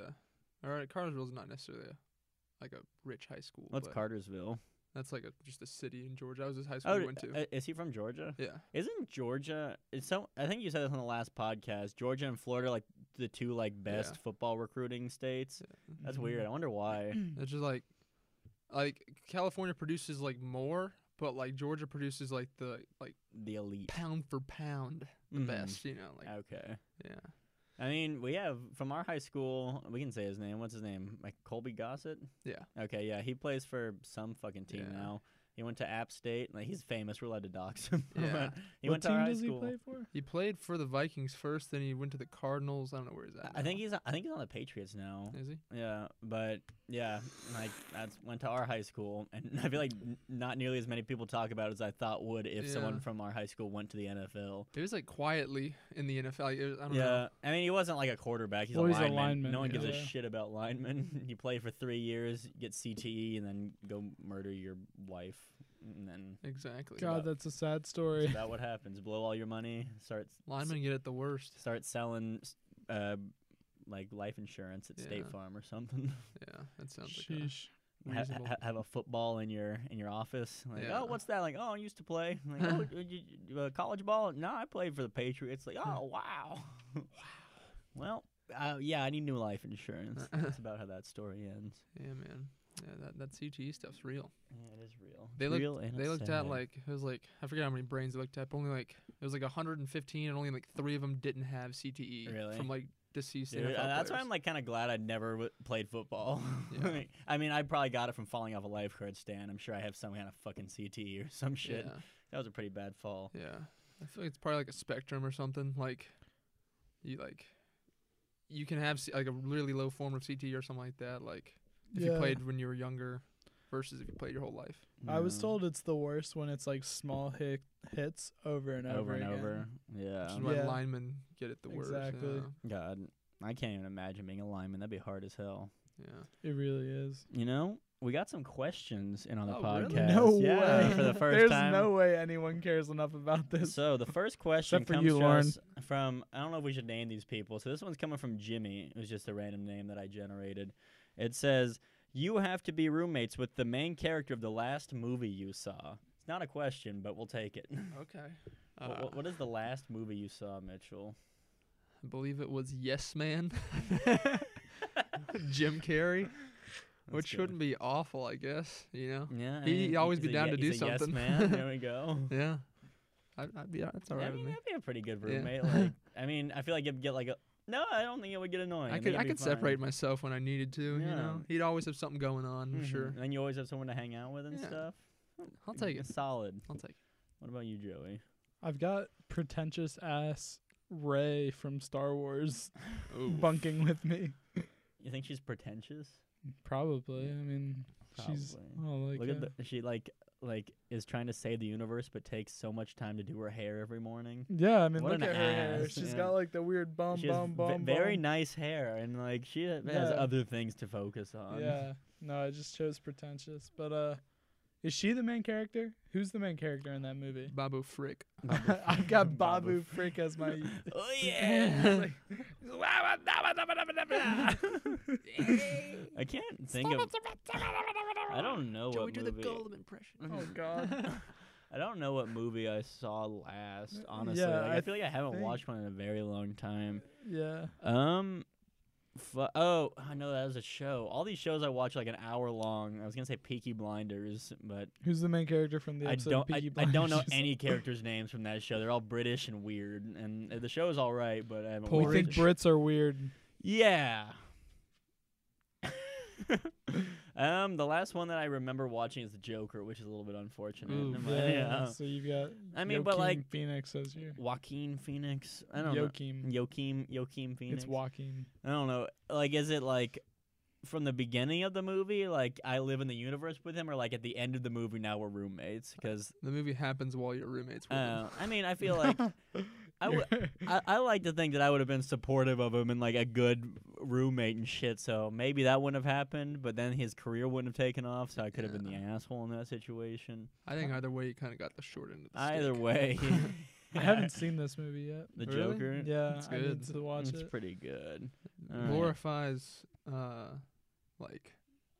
Speaker 3: All right, Cartersville's not necessarily a, like a rich high school.
Speaker 1: what's
Speaker 3: but
Speaker 1: Cartersville?
Speaker 3: That's like a, just a city in Georgia. That was his high school
Speaker 1: Oh,
Speaker 3: he went to.
Speaker 1: uh, is he from Georgia?
Speaker 3: yeah.
Speaker 1: Isn't Georgia? It's so I think you said this on the last podcast. Georgia and Florida, like the two like best
Speaker 3: Yeah.
Speaker 1: football recruiting states.
Speaker 3: yeah.
Speaker 1: That's weird. I wonder why.
Speaker 3: It's just like, like California produces like more, but like Georgia produces like the like
Speaker 1: The elite,
Speaker 3: pound for pound the
Speaker 1: Mhm.
Speaker 3: best. You know, like
Speaker 1: Okay. <laughs>
Speaker 3: yeah.
Speaker 1: I mean, we have from our high school. We can say his name. What's his name? Like Colby Gossett.
Speaker 3: Yeah.
Speaker 1: Okay. Yeah, he plays for some fucking team
Speaker 3: Yeah.
Speaker 1: now. He went to App State. Like he's famous. We're allowed to dox him. <laughs> but
Speaker 3: Yeah.
Speaker 1: he
Speaker 2: what
Speaker 1: went to
Speaker 2: team
Speaker 1: our high
Speaker 2: does
Speaker 1: school.
Speaker 2: he play for?
Speaker 3: He played for the Vikings first, then he went to the Cardinals. I don't know where he's at.
Speaker 1: I- I think
Speaker 3: now.
Speaker 1: he's. I think he's on the Patriots now.
Speaker 3: is he.
Speaker 1: Yeah, but yeah, like that's went to our high school, and <laughs> I feel like n- not nearly as many people talk about it as I thought would if someone
Speaker 3: Yeah.
Speaker 1: from our high school went to the NFL.
Speaker 3: It was like quietly in the NFL. Like, it was- I don't
Speaker 1: yeah,
Speaker 3: know.
Speaker 1: I mean, he wasn't like a quarterback. He's,
Speaker 2: Well,
Speaker 1: a,
Speaker 2: he's a
Speaker 1: lineman.
Speaker 2: lineman,
Speaker 1: No one gives a
Speaker 2: yeah.
Speaker 1: shit about linemen. <laughs> you play for three years, get CTE, and then go murder your wife. And then
Speaker 3: Exactly.
Speaker 1: about-
Speaker 2: God, that's a sad
Speaker 1: that's
Speaker 2: story.
Speaker 1: about what happens. Blow all your money. Start
Speaker 3: Linemen get it the worst.
Speaker 1: start selling, s- uh, like life insurance at State
Speaker 3: Yeah.
Speaker 1: Farm or something.
Speaker 3: Yeah, that sounds like a,
Speaker 2: Sheesh.
Speaker 1: ha-
Speaker 3: reasonable.
Speaker 1: ha- have a football in your in your office. Like,
Speaker 3: Yeah.
Speaker 1: oh, what's that? Like, oh, I used to play. Like, oh, you, you- uh, college ball? No, I played for the Patriots. Like, oh, wow. wow. Well, uh, yeah, I need new life insurance. That's about how that story ends.
Speaker 3: yeah, man. Yeah, that, that CTE stuff's real.
Speaker 1: Yeah, it is real.
Speaker 3: They
Speaker 1: It's
Speaker 3: looked-
Speaker 1: real and
Speaker 3: they
Speaker 1: it's
Speaker 3: looked
Speaker 1: sad.
Speaker 3: at like it was like I forget how many brains they looked at, but only like it was like 115, and only like three of them didn't have CTE
Speaker 1: Really?
Speaker 3: from like deceased
Speaker 1: Dude,
Speaker 3: NFL
Speaker 1: uh, that's why
Speaker 3: players.
Speaker 1: I'm like kind of glad I never w- played football. <laughs>
Speaker 3: Yeah.
Speaker 1: Like, I mean, I probably got it from falling off a lifeguard stand. I'm sure I have some kind of fucking CTE or some shit. That was a pretty bad fall.
Speaker 3: Yeah, yeah. I feel like it's probably like a spectrum or something. Like you like you can have C- like a really low form of CTE or something like that. Like if you played when you were younger versus if you played your whole life.
Speaker 2: I was
Speaker 1: Yeah.
Speaker 2: told it's the worst when it's like small hit hits over and over,
Speaker 1: over and
Speaker 2: again.
Speaker 1: over. Yeah.
Speaker 3: Which is why
Speaker 2: Yeah.
Speaker 3: linemen get it the worst.
Speaker 2: Exactly.
Speaker 3: Yeah.
Speaker 1: God, I can't even imagine being a lineman. That'd be hard as hell.
Speaker 3: yeah.
Speaker 2: It really is.
Speaker 1: You know, we got some questions in on the
Speaker 3: Oh, really?
Speaker 1: podcast.
Speaker 2: No
Speaker 1: yeah,
Speaker 2: way.
Speaker 1: for the
Speaker 3: <laughs>
Speaker 1: first
Speaker 2: There's
Speaker 1: time.
Speaker 2: no way anyone cares enough about this.
Speaker 1: so the first
Speaker 3: <laughs>
Speaker 1: question
Speaker 2: for
Speaker 1: comes
Speaker 2: you,
Speaker 1: to
Speaker 2: Lauren.
Speaker 1: us from I don't know if we should name these people. So this one's coming from Jimmy. It was just a random name that I generated. It says, "You have to be roommates with the main character of the last movie you saw." It's not a question, but we'll take it. <laughs>
Speaker 3: Okay. Uh,
Speaker 1: Wh- wh- what is the last movie you saw, Mitchell?
Speaker 3: I believe it was Yes
Speaker 2: <laughs>
Speaker 3: Man. Jim Carrey,
Speaker 1: That's
Speaker 3: which
Speaker 1: good. Mm.
Speaker 3: wouldn't be awful, I guess. You know.
Speaker 1: <laughs> Yeah, I
Speaker 3: He-
Speaker 1: mean,
Speaker 3: he'd always
Speaker 1: he's
Speaker 3: be
Speaker 1: a
Speaker 3: down
Speaker 1: ye-
Speaker 3: to do
Speaker 1: he's a yes
Speaker 3: something. <laughs>
Speaker 1: man. There we go.
Speaker 3: Yeah. I'd, I'd be. That's all right
Speaker 1: I mean,
Speaker 3: with me.
Speaker 1: that'd be a pretty good
Speaker 2: <laughs>
Speaker 3: Yeah.
Speaker 1: roommate. Like, I mean, I feel like it'd get like a. No, I don't think it would get annoying.
Speaker 3: I
Speaker 1: think
Speaker 3: could.
Speaker 1: it'd
Speaker 3: I
Speaker 1: be
Speaker 3: could
Speaker 1: fine.
Speaker 3: separate myself when I needed to. You
Speaker 1: Yeah.
Speaker 3: know. He'd always have something going on. I'm
Speaker 1: Mhm.
Speaker 3: Sure.
Speaker 1: And then you always have someone to hang out with and
Speaker 3: Yeah.
Speaker 1: stuff.
Speaker 3: Mm-hmm. I'll take it.
Speaker 1: It's Solid.
Speaker 3: I'll take. it.
Speaker 1: What about you, Joey?
Speaker 2: I've got pretentious ass Ray from Star Wars
Speaker 3: Ooh.
Speaker 2: bunking with me.
Speaker 1: You think she's pretentious?
Speaker 2: Probably. I mean, she's
Speaker 1: Probably.
Speaker 2: oh, like
Speaker 1: Look
Speaker 2: uh,
Speaker 1: at the, she like like is trying to save the universe, but takes so much time to do her hair every morning.
Speaker 2: Yeah, I mean,
Speaker 1: What
Speaker 2: look
Speaker 1: an
Speaker 2: at her hair.
Speaker 1: ass,
Speaker 2: She's
Speaker 1: yeah.
Speaker 2: got like the weird bum,
Speaker 1: she has
Speaker 2: bum,
Speaker 1: ve-
Speaker 2: bum.
Speaker 1: very
Speaker 2: bum.
Speaker 1: nice hair, and like she has
Speaker 2: Yeah.
Speaker 1: other things to focus on. <laughs>
Speaker 2: Yeah. No, I just chose pretentious. But uh, is she the main character? Who's the main character in that movie?
Speaker 3: Babu Frick.
Speaker 2: <laughs> I've got
Speaker 1: <laughs>
Speaker 2: Babu Frick as my.
Speaker 1: Oh
Speaker 2: <laughs> It's
Speaker 1: yeah.
Speaker 2: like-
Speaker 1: I can't think of. I don't know what movie.
Speaker 3: impression.
Speaker 1: <laughs>
Speaker 2: oh God.
Speaker 1: I don't know what movie I saw last. Honestly,
Speaker 2: yeah,
Speaker 1: like, I,
Speaker 2: I
Speaker 1: feel like I haven't
Speaker 2: think-
Speaker 1: watched one in a very long time.
Speaker 2: Yeah.
Speaker 1: Um, fu- oh, I know that was a show. All these shows I watch like an hour long. I was gonna say Peaky Blinders, but
Speaker 2: Who's the main character from the
Speaker 1: I
Speaker 2: episode?
Speaker 1: don't.
Speaker 2: Of
Speaker 1: I,
Speaker 2: Peaky
Speaker 1: I don't know
Speaker 2: Blinders?
Speaker 1: any characters' names from that show. They're all British and weird, and uh, the show is all right, but I haven't.
Speaker 2: We
Speaker 1: watched
Speaker 2: think
Speaker 1: it.
Speaker 2: Brits are weird.
Speaker 1: Yeah. <laughs> um, the last one that I remember watching is The Joker, which is a little bit unfortunate.
Speaker 3: Ooh,
Speaker 1: Am I-
Speaker 2: Yeah.
Speaker 1: yeah.
Speaker 2: So you've got.
Speaker 1: I mean, but, like-
Speaker 2: Joaquin Phoenix as your.
Speaker 1: Joaquin Phoenix. I don't
Speaker 2: Joaquin.
Speaker 1: know. Joaquin Joaquin Phoenix.
Speaker 2: It's Joaquin.
Speaker 1: I don't know. Like, is it like from the beginning of the movie, like I live in the universe with him, or like at the end of the movie now we're roommates? Because
Speaker 3: The movie happens while your roommates. with you.
Speaker 1: uh, I mean, I
Speaker 2: <laughs>
Speaker 1: feel like I would.
Speaker 2: You're-
Speaker 1: I, I like to think that I would have been supportive of him and like a good roommate and shit. So maybe that wouldn't have happened, but then his career wouldn't have taken off. So I could have been the asshole in that situation.
Speaker 3: I think either way, you kind of got the short end of the
Speaker 1: Either
Speaker 3: stick. <laughs>
Speaker 1: way,
Speaker 2: <laughs>
Speaker 1: <laughs>
Speaker 2: I haven't seen this movie yet.
Speaker 1: the
Speaker 3: Really?
Speaker 1: Joker.
Speaker 2: Yeah,
Speaker 3: It's
Speaker 2: I need
Speaker 3: good.
Speaker 2: to watch
Speaker 1: it's
Speaker 2: it.
Speaker 1: pretty good. Alright.
Speaker 3: glorifies uh like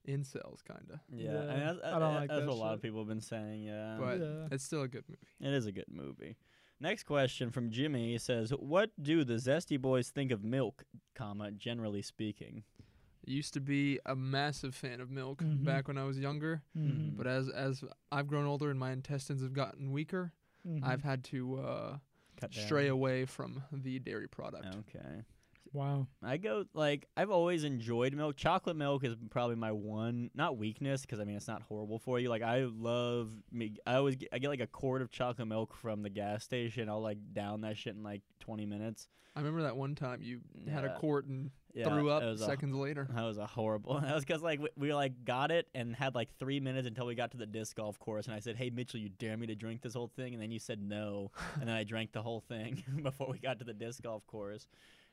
Speaker 3: incels kind of
Speaker 1: Yeah,
Speaker 2: Yeah,
Speaker 1: I, mean, that's,
Speaker 2: I don't like
Speaker 1: that's
Speaker 2: that
Speaker 1: what a lot of
Speaker 2: shit.
Speaker 1: people have been saying. Yeah,
Speaker 3: but
Speaker 2: Yeah.
Speaker 3: it's still a good movie
Speaker 1: it is a good movie. Next question from Jimmy says, "What do the Zesty Boys think of milk, comma generally speaking?"
Speaker 3: used to be a massive fan of milk
Speaker 2: Mhm.
Speaker 3: back when i was younger
Speaker 1: Mhm.
Speaker 2: Mm-hmm.
Speaker 3: but as as i've grown older and my intestines have gotten weaker
Speaker 2: Mhm.
Speaker 3: i've had to uh
Speaker 1: Cut down.
Speaker 3: stray away from the dairy product
Speaker 1: Okay.
Speaker 2: Mm-hmm. wow.
Speaker 1: I go like I've always enjoyed milk. Chocolate milk is probably my one not weakness because I mean it's not horrible for you. Like I love me. I always get, I get like a quart of chocolate milk from the gas station. I'll like down that shit in like twenty minutes.
Speaker 3: i remember that one time you had a
Speaker 1: Yeah.
Speaker 3: quart and
Speaker 1: Yeah,
Speaker 3: threw
Speaker 1: it
Speaker 3: up
Speaker 1: was a-
Speaker 3: seconds later
Speaker 1: That was a horrible. <laughs> That was because like we, we like got it and had like three minutes until we got to the disc golf course, and I said, "Hey Mitchell, you dare me to drink this whole thing?" And then you said no, and then I drank the whole thing <laughs> before we got to the disc golf course,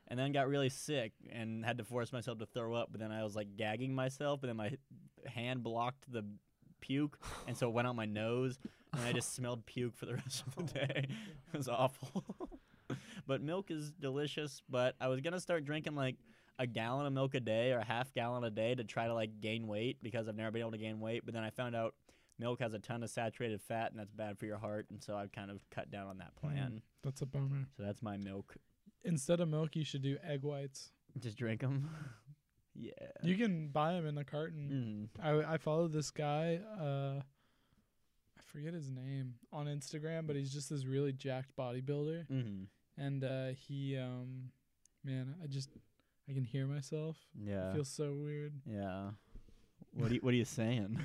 Speaker 1: and then got really sick and had to force myself to throw up. But then I was like gagging myself, but then my hand blocked the puke, and so it went out my nose, and I just smelled puke for the <laughs> rest of the day. <laughs> it was awful. but milk is delicious. But I was gonna start drinking like a gallon of milk a day or a half gallon a day to try to like gain weight because I've never been able to gain weight. But then I found out milk has a ton of saturated fat and that's bad for your heart, and so I've kind of cut down on that plan.
Speaker 2: That's a bummer.
Speaker 1: So that's my milk.
Speaker 2: Instead of milk, you should do egg whites.
Speaker 1: Just drink them. <laughs> yeah.
Speaker 2: You can buy them in a carton.
Speaker 1: Mm.
Speaker 2: I I follow this guy. Uh, I forget his name on Instagram, but he's just this really jacked bodybuilder,
Speaker 1: hmm
Speaker 2: and uh, he um, man, I just I can hear myself.
Speaker 1: Yeah.
Speaker 2: It feels so weird.
Speaker 1: <laughs>
Speaker 2: <laughs>
Speaker 1: yeah. What are you, what are you saying?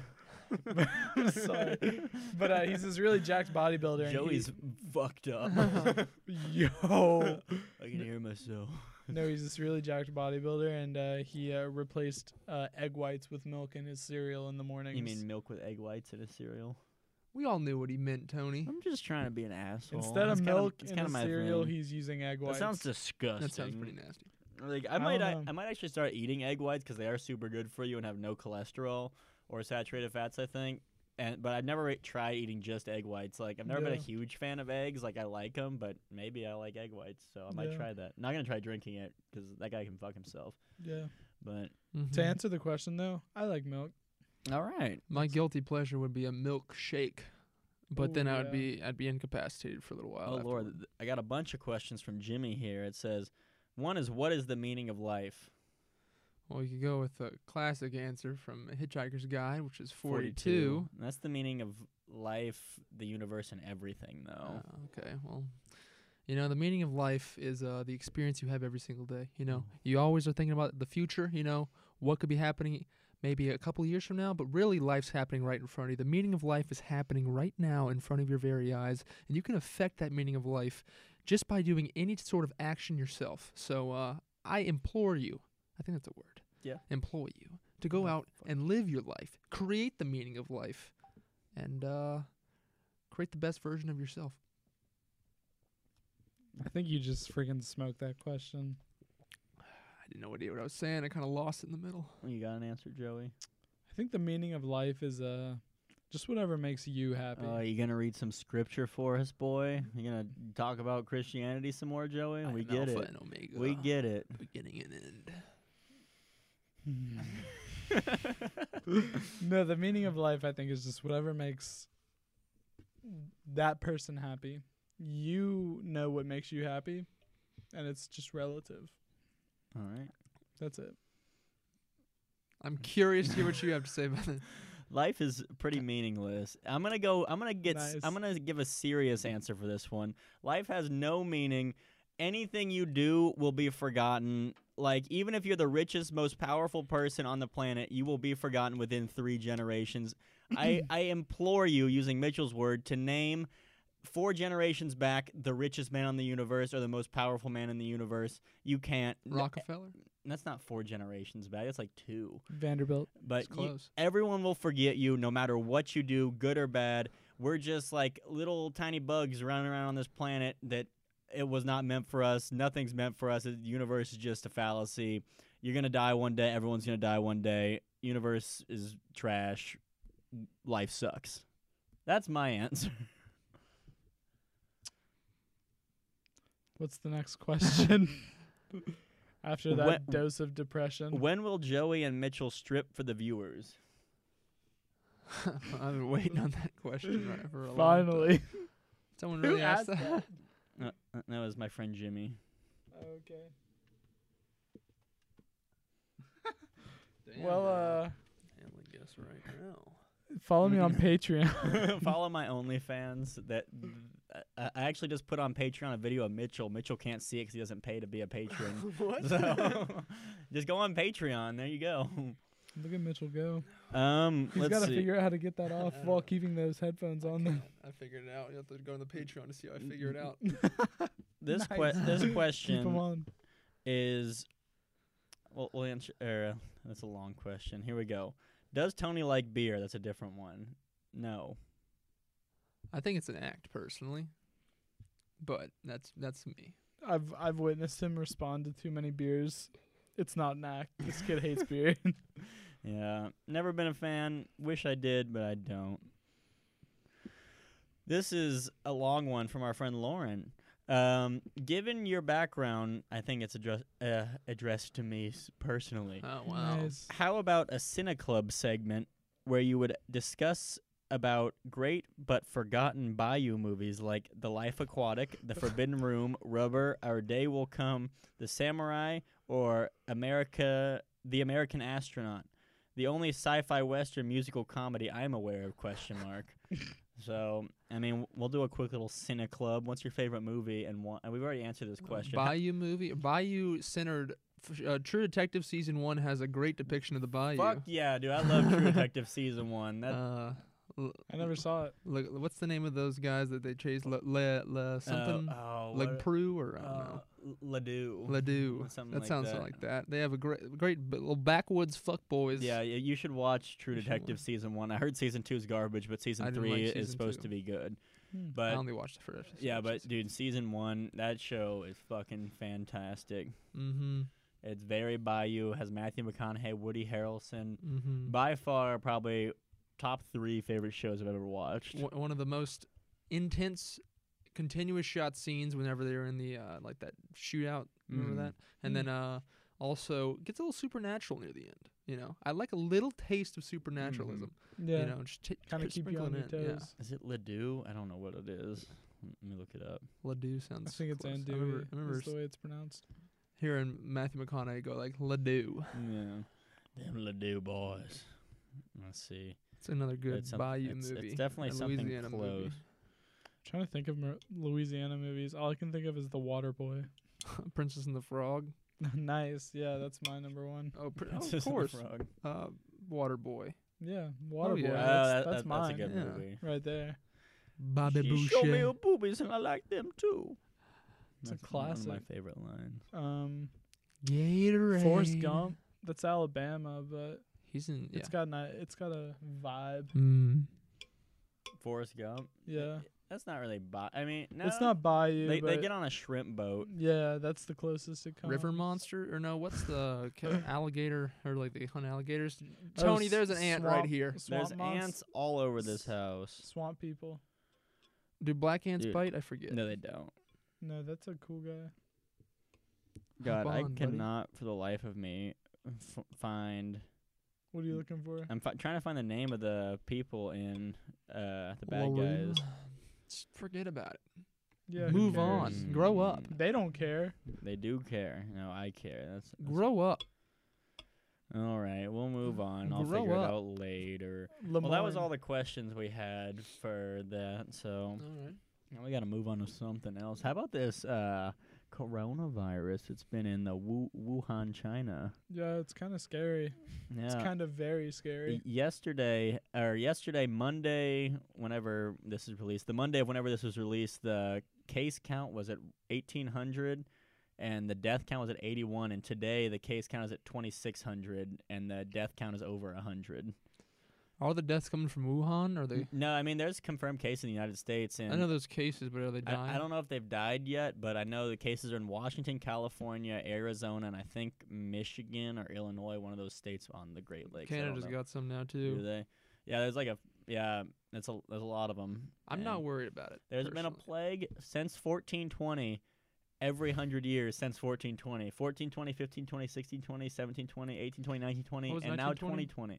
Speaker 2: I'm sorry. But uh, he's this really jacked bodybuilder. and
Speaker 1: Joey's fucked up. <laughs>
Speaker 2: he, <laughs> yo.
Speaker 1: I can hear myself.
Speaker 2: No, he's this really jacked bodybuilder, and uh, he uh, replaced uh, egg whites with milk in his cereal in the
Speaker 1: <laughs>
Speaker 2: mornings.
Speaker 1: You mean milk with egg whites in a cereal?
Speaker 3: We all knew what he meant, Tony.
Speaker 1: I'm just trying to be an asshole.
Speaker 2: instead
Speaker 1: That's
Speaker 2: of
Speaker 1: kinda-
Speaker 2: milk
Speaker 1: that's
Speaker 2: in
Speaker 1: kinda
Speaker 2: the
Speaker 1: my
Speaker 2: cereal,
Speaker 1: thing.
Speaker 2: he's using egg
Speaker 1: That
Speaker 2: whites?
Speaker 1: sounds disgusting.
Speaker 3: That sounds pretty nasty.
Speaker 1: Like I,
Speaker 2: I
Speaker 1: might, I,
Speaker 2: don't know.
Speaker 1: I might actually start eating egg whites because they are super good for you and have no cholesterol or saturated fats. I think. And but I've never e- tried eating just egg whites. Like I've never been
Speaker 2: Yeah.
Speaker 1: a huge fan of eggs. Like I like them, but maybe I like egg whites, so I might
Speaker 2: Yeah.
Speaker 1: try that. Not gonna try drinking it because that guy can fuck himself.
Speaker 2: yeah.
Speaker 1: But
Speaker 2: To answer the question though, I like milk.
Speaker 1: all right,
Speaker 3: Mm-hmm. My guilty pleasure would be a milkshake, but
Speaker 2: Ooh,
Speaker 3: then I would
Speaker 2: yeah.
Speaker 3: be I'd be incapacitated for a little while.
Speaker 1: Oh Lord,
Speaker 3: afterward.
Speaker 1: th- I got a bunch of questions from Jimmy here. It says, one is what is the meaning of life?
Speaker 3: Well, we could go with the classic answer from Hitchhiker's Guide, which is 42.
Speaker 1: That's the meaning of life, the universe, and everything, though.
Speaker 3: Uh, okay, well, you know, the meaning of life is uh, the experience you have every single day. You know, you always are thinking about the future, you know, what could be happening maybe a couple years from now, but really life's happening right in front of you. The meaning of life is happening right now in front of your very eyes, and you can affect that meaning of life just by doing any sort of action yourself. So uh, I implore you, I think that's a word.
Speaker 1: Yeah.
Speaker 3: Implore you to go
Speaker 1: Oh,
Speaker 3: out
Speaker 1: fuck.
Speaker 3: and live your life, create the meaning of life, and uh, create the best version of yourself.
Speaker 2: I think you just freaking smoked that question.
Speaker 3: I didn't know idea what I was saying. I kind of lost it in the middle.
Speaker 1: You got an answer, Joey?
Speaker 2: I think the meaning of life is uh, just whatever makes you happy.
Speaker 1: Uh, you gonna read some scripture for us, boy? You gonna talk about Christianity some more, Joey?
Speaker 3: I
Speaker 1: we
Speaker 3: am
Speaker 1: get
Speaker 3: Alpha
Speaker 1: it.
Speaker 3: and Omega.
Speaker 1: We get <laughs> it.
Speaker 3: <laughs> beginning and end.
Speaker 2: <laughs> no, the meaning of life I think is just whatever makes that person happy. You know what makes you happy, and it's just relative.
Speaker 1: All right.
Speaker 2: That's it.
Speaker 3: I'm curious to hear what you have to say
Speaker 1: <laughs>
Speaker 3: about it.
Speaker 1: Life is pretty meaningless. I'm gonna go. I'm gonna get. s- I'm
Speaker 2: Nice.
Speaker 1: gonna give a serious answer for this one. Life has no meaning. Anything you do will be forgotten. Like even if you're the richest, most powerful person on the planet, you will be forgotten within three generations. I I implore you, using Mitchell's word, to name four generations back the richest man on the universe or the most powerful man in the universe. You can't. N-
Speaker 3: Rockefeller?
Speaker 1: That's not four generations back. That's like two.
Speaker 2: Vanderbilt.
Speaker 1: But
Speaker 3: It's
Speaker 1: you-
Speaker 3: close. <laughs>
Speaker 1: everyone will forget you no matter what you do, good or bad. We're just like little tiny bugs running around on this planet that it was not meant for us. Nothing's meant for us. The universe is just a fallacy. You're going to die one day. Everyone's going to die one day. Universe is trash. Life sucks. That's my answer.
Speaker 2: What's the
Speaker 1: <laughs>
Speaker 2: next question? After that
Speaker 1: When-
Speaker 2: dose of depression.
Speaker 1: when will Joey and Mitchell strip for the viewers?
Speaker 3: I've been waiting on that question right for a long time.
Speaker 2: Finally.
Speaker 3: Someone
Speaker 2: Who
Speaker 3: really
Speaker 2: asked
Speaker 3: asked that.
Speaker 1: Uh, uh, that was my friend Jimmy.
Speaker 2: okay.
Speaker 3: <laughs>
Speaker 2: well, uh,
Speaker 3: I guess right now.
Speaker 2: follow me on Patreon.
Speaker 1: <laughs>
Speaker 2: <laughs>
Speaker 1: Follow my OnlyFans. That I I actually just put on Patreon a video of Mitchell. Mitchell can't see it because he doesn't pay to be a
Speaker 2: <laughs>
Speaker 1: patron.
Speaker 3: What?
Speaker 1: so <laughs> just go on Patreon. There you
Speaker 2: <laughs>
Speaker 1: go.
Speaker 2: Look at Mitchell go.
Speaker 1: Um,
Speaker 2: He's
Speaker 1: let's
Speaker 2: got to
Speaker 1: see.
Speaker 2: figure out how to get that off while keeping those headphones on. There.
Speaker 3: I figured it out. You have to go on the Patreon to see how I figure it
Speaker 2: <laughs>
Speaker 3: out.
Speaker 1: this que-
Speaker 2: Nice.
Speaker 1: this
Speaker 2: Keep them
Speaker 1: question
Speaker 2: on.
Speaker 1: is well, we'll answer. Er, that's a long question. Here we go. Does Tony like beer? That's a different one. No.
Speaker 3: I think it's an act, personally. But that's that's me.
Speaker 2: I've I've witnessed him respond to too many beers. It's not an act. This kid hates beer.
Speaker 1: Yeah, never been a fan. Wish I did, but I don't. This is a long one from our friend Lauren. Um, given your background, I think it's address- uh, addressed to me s- personally.
Speaker 3: Oh wow.
Speaker 2: Nice.
Speaker 1: How about a Cine Club segment where you would discuss about great but forgotten Bayou movies like The Life Aquatic, The Forbidden Room, Rubber, Our Day Will Come, The Samurai, or America, The American Astronaut? The only sci-fi western musical comedy I'm aware of? Question mark. so I mean, we'll do a quick little Cine Club. What's your favorite movie? And, one, and we've already answered this question.
Speaker 3: Bayou movie. Bayou centered. f- Uh, True Detective season one has a great depiction of the Bayou.
Speaker 1: Fuck yeah, dude! I love True Detective season one. That oh,
Speaker 3: Uh, l-
Speaker 2: I never saw it.
Speaker 3: look, what's the name of those guys that they chase? Le, le, le something.
Speaker 1: Uh, oh,
Speaker 3: like
Speaker 1: what-
Speaker 3: Prue or I don't
Speaker 1: uh,
Speaker 3: know.
Speaker 1: L- Ladue.
Speaker 3: Ledoux.
Speaker 1: something
Speaker 3: That
Speaker 1: like
Speaker 3: sounds
Speaker 1: that.
Speaker 3: like that. They have a great, great b- little backwoods fuck boys.
Speaker 1: Yeah, y- you should watch True
Speaker 3: You should
Speaker 1: Detective season one. I heard season two is garbage, but
Speaker 3: I
Speaker 1: season
Speaker 3: didn't
Speaker 1: three
Speaker 3: like
Speaker 1: is
Speaker 3: season
Speaker 1: supposed to
Speaker 3: two.
Speaker 1: be good.
Speaker 2: Hmm.
Speaker 3: I
Speaker 1: But
Speaker 3: only watched the first.
Speaker 1: yeah, but dude, season one that show is fucking fantastic.
Speaker 3: Mm-hmm.
Speaker 1: It's very Bayou. Has Matthew McConaughey, Woody Harrelson.
Speaker 3: Mm-hmm.
Speaker 1: By far, probably top three favorite shows I've ever watched.
Speaker 3: One one of the most intense, continuous shot scenes whenever they're in the uh, like that shootout. Remember
Speaker 1: Mm.
Speaker 2: Mm-hmm.
Speaker 3: that? And then uh, also gets a little supernatural near the end. You know, I like a little taste of supernaturalism.
Speaker 2: Mm-hmm. Yeah.
Speaker 3: You know, just t-
Speaker 2: Kind of keep you on your toes.
Speaker 1: Is it Ladue? I don't know what it is. Let me look it
Speaker 3: <laughs>
Speaker 1: up.
Speaker 3: Ladue sounds.
Speaker 2: I think it's
Speaker 3: close. I
Speaker 2: Andouille.
Speaker 3: remember, I remember
Speaker 2: is the way it's pronounced.
Speaker 3: hearing Matthew McConaughey go like Ladue.
Speaker 1: Yeah, them Ladue boys. Let's see.
Speaker 3: It's another good
Speaker 1: It's some-
Speaker 3: Bayou
Speaker 1: it's- it's
Speaker 3: movie.
Speaker 1: definitely
Speaker 3: a
Speaker 1: something
Speaker 3: Louisiana movie.
Speaker 1: close.
Speaker 2: trying to think of mer- Louisiana movies. All I can think of is The Water Boy. <laughs>
Speaker 3: <laughs> Princess and the Frog.
Speaker 2: nice. Yeah, that's my number one.
Speaker 3: Oh, pr-
Speaker 1: <laughs>
Speaker 3: oh,
Speaker 1: Princess
Speaker 3: of
Speaker 1: and the
Speaker 3: course.
Speaker 1: Frog.
Speaker 3: Uh, Water Boy.
Speaker 2: Yeah, Water Boy.
Speaker 3: yeah.
Speaker 1: Oh,
Speaker 2: That's,
Speaker 1: that-
Speaker 2: that's
Speaker 1: that-
Speaker 2: mine.
Speaker 1: a good
Speaker 3: yeah.
Speaker 1: movie.
Speaker 2: Right there.
Speaker 3: Bobby
Speaker 1: she showed me her boobies and I like them too.
Speaker 2: It's a
Speaker 1: One
Speaker 2: classic.
Speaker 1: of my favorite lines.
Speaker 2: Um,
Speaker 3: Gatorade.
Speaker 2: Forrest Gump. That's Alabama, but
Speaker 3: He's in. Yeah.
Speaker 2: it's got an, it's got a vibe.
Speaker 1: Hmm.
Speaker 3: Mm.
Speaker 1: Forrest Gump.
Speaker 2: Yeah,
Speaker 1: That's not really. Bi- I mean, no.
Speaker 2: it's not Bayou.
Speaker 1: They,
Speaker 2: but
Speaker 1: they get on a shrimp boat.
Speaker 2: yeah, that's the closest it comes.
Speaker 3: River monster or no? What's the
Speaker 2: <coughs>
Speaker 3: ca- alligator or like they hunt alligators?
Speaker 2: Oh,
Speaker 3: Tony,
Speaker 2: s-
Speaker 3: there's an ant right
Speaker 2: swamp-
Speaker 3: here.
Speaker 2: Swamp
Speaker 1: There's
Speaker 2: monst-
Speaker 1: ants all over this house.
Speaker 2: Swamp people.
Speaker 3: Do black ants
Speaker 1: Dude.
Speaker 3: bite? I forget.
Speaker 1: No, they don't.
Speaker 2: No, that's a cool guy.
Speaker 1: God, I
Speaker 3: on, buddy.
Speaker 1: cannot for the life of me f- find.
Speaker 2: What are
Speaker 1: Mm.
Speaker 2: you looking for?
Speaker 1: I'm fi- trying to find the name of the people in uh, the bad
Speaker 3: Lorraine.
Speaker 1: guys.
Speaker 3: Just forget about it.
Speaker 2: Yeah, who
Speaker 3: Move
Speaker 2: cares?
Speaker 3: on. Grow up.
Speaker 1: Mm,
Speaker 2: They don't care.
Speaker 1: They do care. No, I care. That's, that's
Speaker 3: Grow up.
Speaker 1: All right, we'll move on. I'll
Speaker 3: Grow
Speaker 1: figure
Speaker 3: up.
Speaker 1: it out later.
Speaker 2: Lemoyne.
Speaker 1: Well, that was all the questions we had for that. So
Speaker 3: All right.
Speaker 1: now we got to move on to something else. How about this uh, coronavirus? It's been in the Wu- Wuhan, China.
Speaker 2: Yeah, it's kind of scary.
Speaker 1: Yeah.
Speaker 2: It's kind of very
Speaker 1: Y-
Speaker 2: scary.
Speaker 1: yesterday or yesterday monday whenever this is released the monday of whenever this was released the case count was at 1800 and the death count was at 81 and today the case count is at 2600 and the death count is over 100
Speaker 3: Are the deaths coming from Wuhan? Are they?
Speaker 1: no i mean there's confirmed cases in the united states and
Speaker 3: I know those cases, but are they dying?
Speaker 1: I, I don't know if they've died yet but i know the cases are in washington california arizona and i think michigan or illinois one of those states on the great lakes I don't
Speaker 3: Canada's
Speaker 1: know.
Speaker 3: got some now
Speaker 1: Do
Speaker 3: too.
Speaker 1: they? Yeah, there's like a yeah, that's a there's a lot of them.
Speaker 3: I'm not worried about it.
Speaker 1: There's been a
Speaker 3: personally.
Speaker 1: plague since 1420. Every hundred years since 1420, 1420, 1520, 1620, 1720, 1820, 1920,
Speaker 3: What was
Speaker 1: and now
Speaker 3: 1920?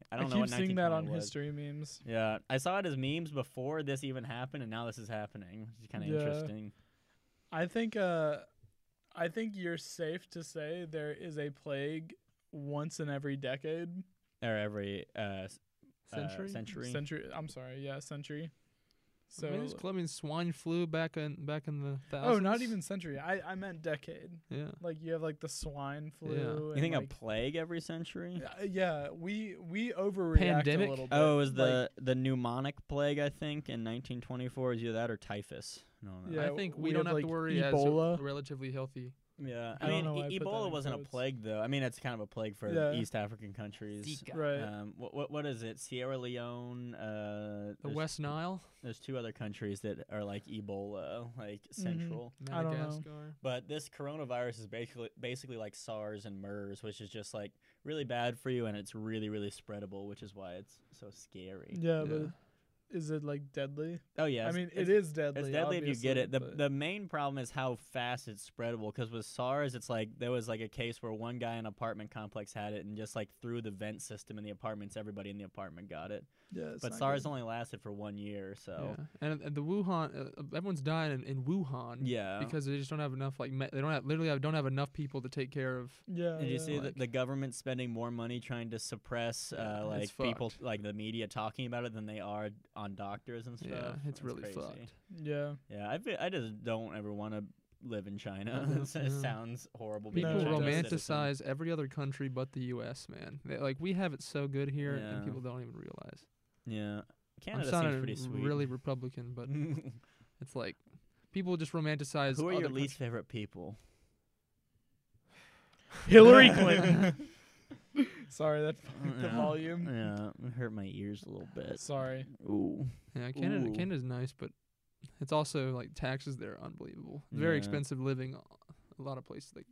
Speaker 1: 2020. I don't know
Speaker 2: keep
Speaker 1: what
Speaker 2: seeing that
Speaker 1: 1920
Speaker 2: on
Speaker 1: was.
Speaker 2: history memes.
Speaker 1: Yeah, I saw it as memes before this even happened, and now this is happening, which is kind of
Speaker 2: Yeah.
Speaker 1: interesting.
Speaker 2: I think uh I think you're safe to say there is a plague once in every decade.
Speaker 1: Or every uh, s- uh,
Speaker 3: century.
Speaker 1: century.
Speaker 2: Century I'm sorry, yeah, century. So
Speaker 3: I mean, there's Colombian swine flu back in back in the thousands.
Speaker 2: Oh, not even century. I, I meant decade.
Speaker 3: Yeah.
Speaker 2: Like you have like the swine flu.
Speaker 3: Yeah.
Speaker 1: You
Speaker 2: and,
Speaker 1: think
Speaker 2: like,
Speaker 1: a plague every century?
Speaker 2: Uh, yeah, we we overreact
Speaker 3: Pandemic?
Speaker 2: a little bit.
Speaker 1: Oh, it was the
Speaker 2: Like,
Speaker 1: the pneumonic plague I think in 1924 is either that or typhus. No, no.
Speaker 2: Yeah,
Speaker 3: I think
Speaker 2: we
Speaker 3: we don't
Speaker 2: have,
Speaker 3: have
Speaker 2: like,
Speaker 3: to worry
Speaker 2: Ebola.
Speaker 3: as a relatively healthy.
Speaker 1: Yeah,
Speaker 2: I
Speaker 1: I,
Speaker 2: don't
Speaker 1: mean,
Speaker 2: know
Speaker 1: e-
Speaker 2: why I put that
Speaker 1: Ebola
Speaker 2: in
Speaker 1: wasn't
Speaker 2: quotes.
Speaker 1: a plague though. I mean, it's kind of a plague for
Speaker 2: Yeah.
Speaker 1: East African countries.
Speaker 2: right.
Speaker 1: Um, what, what what is it? Sierra Leone. Uh,
Speaker 3: The
Speaker 1: there's-
Speaker 3: West Nile,
Speaker 1: There's two other countries that are like Ebola, like
Speaker 2: Mm-hmm.
Speaker 1: central.
Speaker 2: I don't know.
Speaker 3: Madagascar.
Speaker 1: But this coronavirus is basically basically like SARS and MERS, which is just like really bad for you, and it's really really spreadable, which is why it's so scary.
Speaker 2: yeah, but Is it like deadly?
Speaker 1: Oh yeah,
Speaker 2: I
Speaker 1: it's-
Speaker 2: mean,
Speaker 1: it's,
Speaker 2: it is deadly.
Speaker 1: It's deadly if you get
Speaker 2: obviously,
Speaker 1: it. The,
Speaker 2: but-
Speaker 1: the main problem is how fast it's spreadable. Because with SARS, it's like there was like a case where one guy in an apartment complex had it, and just like through the vent system in the apartments, everybody in the apartment got it.
Speaker 2: yeah, it's
Speaker 1: but
Speaker 2: not
Speaker 1: SARS
Speaker 2: good.
Speaker 1: only lasted for one year, so
Speaker 3: Yeah. And, and the Wuhan, uh, everyone's dying in, in Wuhan.
Speaker 1: yeah.
Speaker 3: Because they just don't have enough, like me- they don't have literally have, don't have enough people to take care of.
Speaker 2: Yeah.
Speaker 1: Did you
Speaker 2: yeah.
Speaker 1: see that
Speaker 3: like-
Speaker 1: the government spending more money trying to suppress
Speaker 3: Yeah,
Speaker 1: uh,
Speaker 3: it's
Speaker 1: like people,
Speaker 3: fucked.
Speaker 1: like the media talking about it, than they are on doctors and stuff?
Speaker 3: Yeah, it's
Speaker 1: That's
Speaker 3: really
Speaker 1: crazy.
Speaker 3: fucked.
Speaker 2: Yeah.
Speaker 1: Yeah, I fe- I just don't ever want to live in China.
Speaker 3: <laughs> Yeah,
Speaker 1: <laughs> it
Speaker 3: no.
Speaker 1: sounds horrible. being a
Speaker 3: People
Speaker 2: No,
Speaker 1: Chinese
Speaker 2: it doesn't.
Speaker 1: citizen.
Speaker 3: romanticize every other country but the U.S. Man, They- like we have it so good here,
Speaker 1: Yeah.
Speaker 3: and people don't even realize.
Speaker 1: Yeah, Canada
Speaker 3: I'm
Speaker 1: seems
Speaker 3: sounding
Speaker 1: pretty sweet. <laughs>
Speaker 3: really Republican, but
Speaker 1: Who
Speaker 3: it's like people just romanticize.
Speaker 1: are your
Speaker 3: other
Speaker 1: least favorite
Speaker 3: <laughs>
Speaker 1: people?
Speaker 2: Hillary Clinton.
Speaker 1: <laughs>
Speaker 2: <laughs> Sorry, that fucked the
Speaker 1: Yeah.
Speaker 2: volume.
Speaker 1: Yeah, it hurt my ears a little bit.
Speaker 2: Sorry.
Speaker 1: Ooh.
Speaker 3: countries. Yeah, Canada.
Speaker 1: Ooh.
Speaker 3: Canada's nice, but it's also like taxes there are unbelievable. Very
Speaker 1: Yeah.
Speaker 3: expensive living. A lot of places like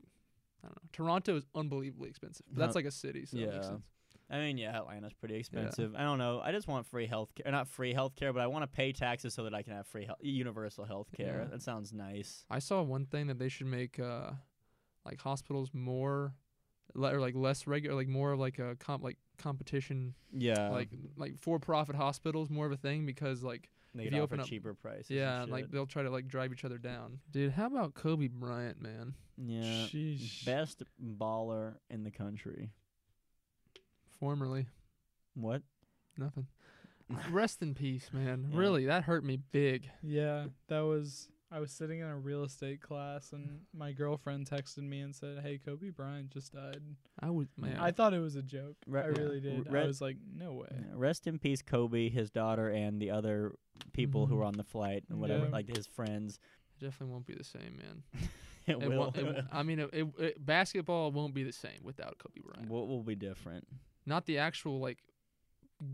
Speaker 3: I don't know. Toronto is unbelievably expensive. But that's
Speaker 1: Huh.
Speaker 3: like a city, so it makes
Speaker 1: Yeah.
Speaker 3: sense.
Speaker 1: I mean, yeah, Atlanta's pretty expensive. I don't know. I just want free health care. Not free health care, but I want to pay taxes so that I can have free health, universal health care.
Speaker 3: Yeah.
Speaker 1: That sounds nice.
Speaker 3: I saw one thing that they should make uh like hospitals more le- or like less regular like more of like a comp like competition
Speaker 1: Yeah.
Speaker 3: like like for profit hospitals more of a thing because like
Speaker 1: they
Speaker 3: if
Speaker 1: could
Speaker 3: you
Speaker 1: offer
Speaker 3: open up-
Speaker 1: cheaper prices. and
Speaker 3: yeah like
Speaker 1: shit.
Speaker 3: they'll try to like drive each other down dude how about kobe bryant man
Speaker 1: yeah.
Speaker 2: Sheesh.
Speaker 1: Best baller in the country.
Speaker 3: formerly
Speaker 1: What?
Speaker 3: nothing rest in peace man
Speaker 1: Yeah.
Speaker 3: really that hurt me big
Speaker 2: Yeah, that was. I was sitting in a real estate class, and my girlfriend texted me and said, "Hey, Kobe Bryant just died."
Speaker 3: i was man
Speaker 2: I thought it was a joke.
Speaker 1: Re-
Speaker 2: I
Speaker 1: yeah.
Speaker 2: really did.
Speaker 1: Re- Mm.
Speaker 2: I was like, "No
Speaker 3: Eh.
Speaker 2: way."
Speaker 1: Yeah, Rest in peace, Kobe, his daughter, and the other people who
Speaker 3: Mhm.
Speaker 1: were on the flight and whatever,
Speaker 2: Yeah.
Speaker 1: like his friends. <laughs>
Speaker 3: it definitely won't be the same man
Speaker 1: It,
Speaker 3: It
Speaker 1: will.
Speaker 3: won't- it
Speaker 1: <laughs>
Speaker 3: won't- i mean it, it, it- basketball won't be the same without kobe bryant
Speaker 1: What will be different?
Speaker 3: not the actual like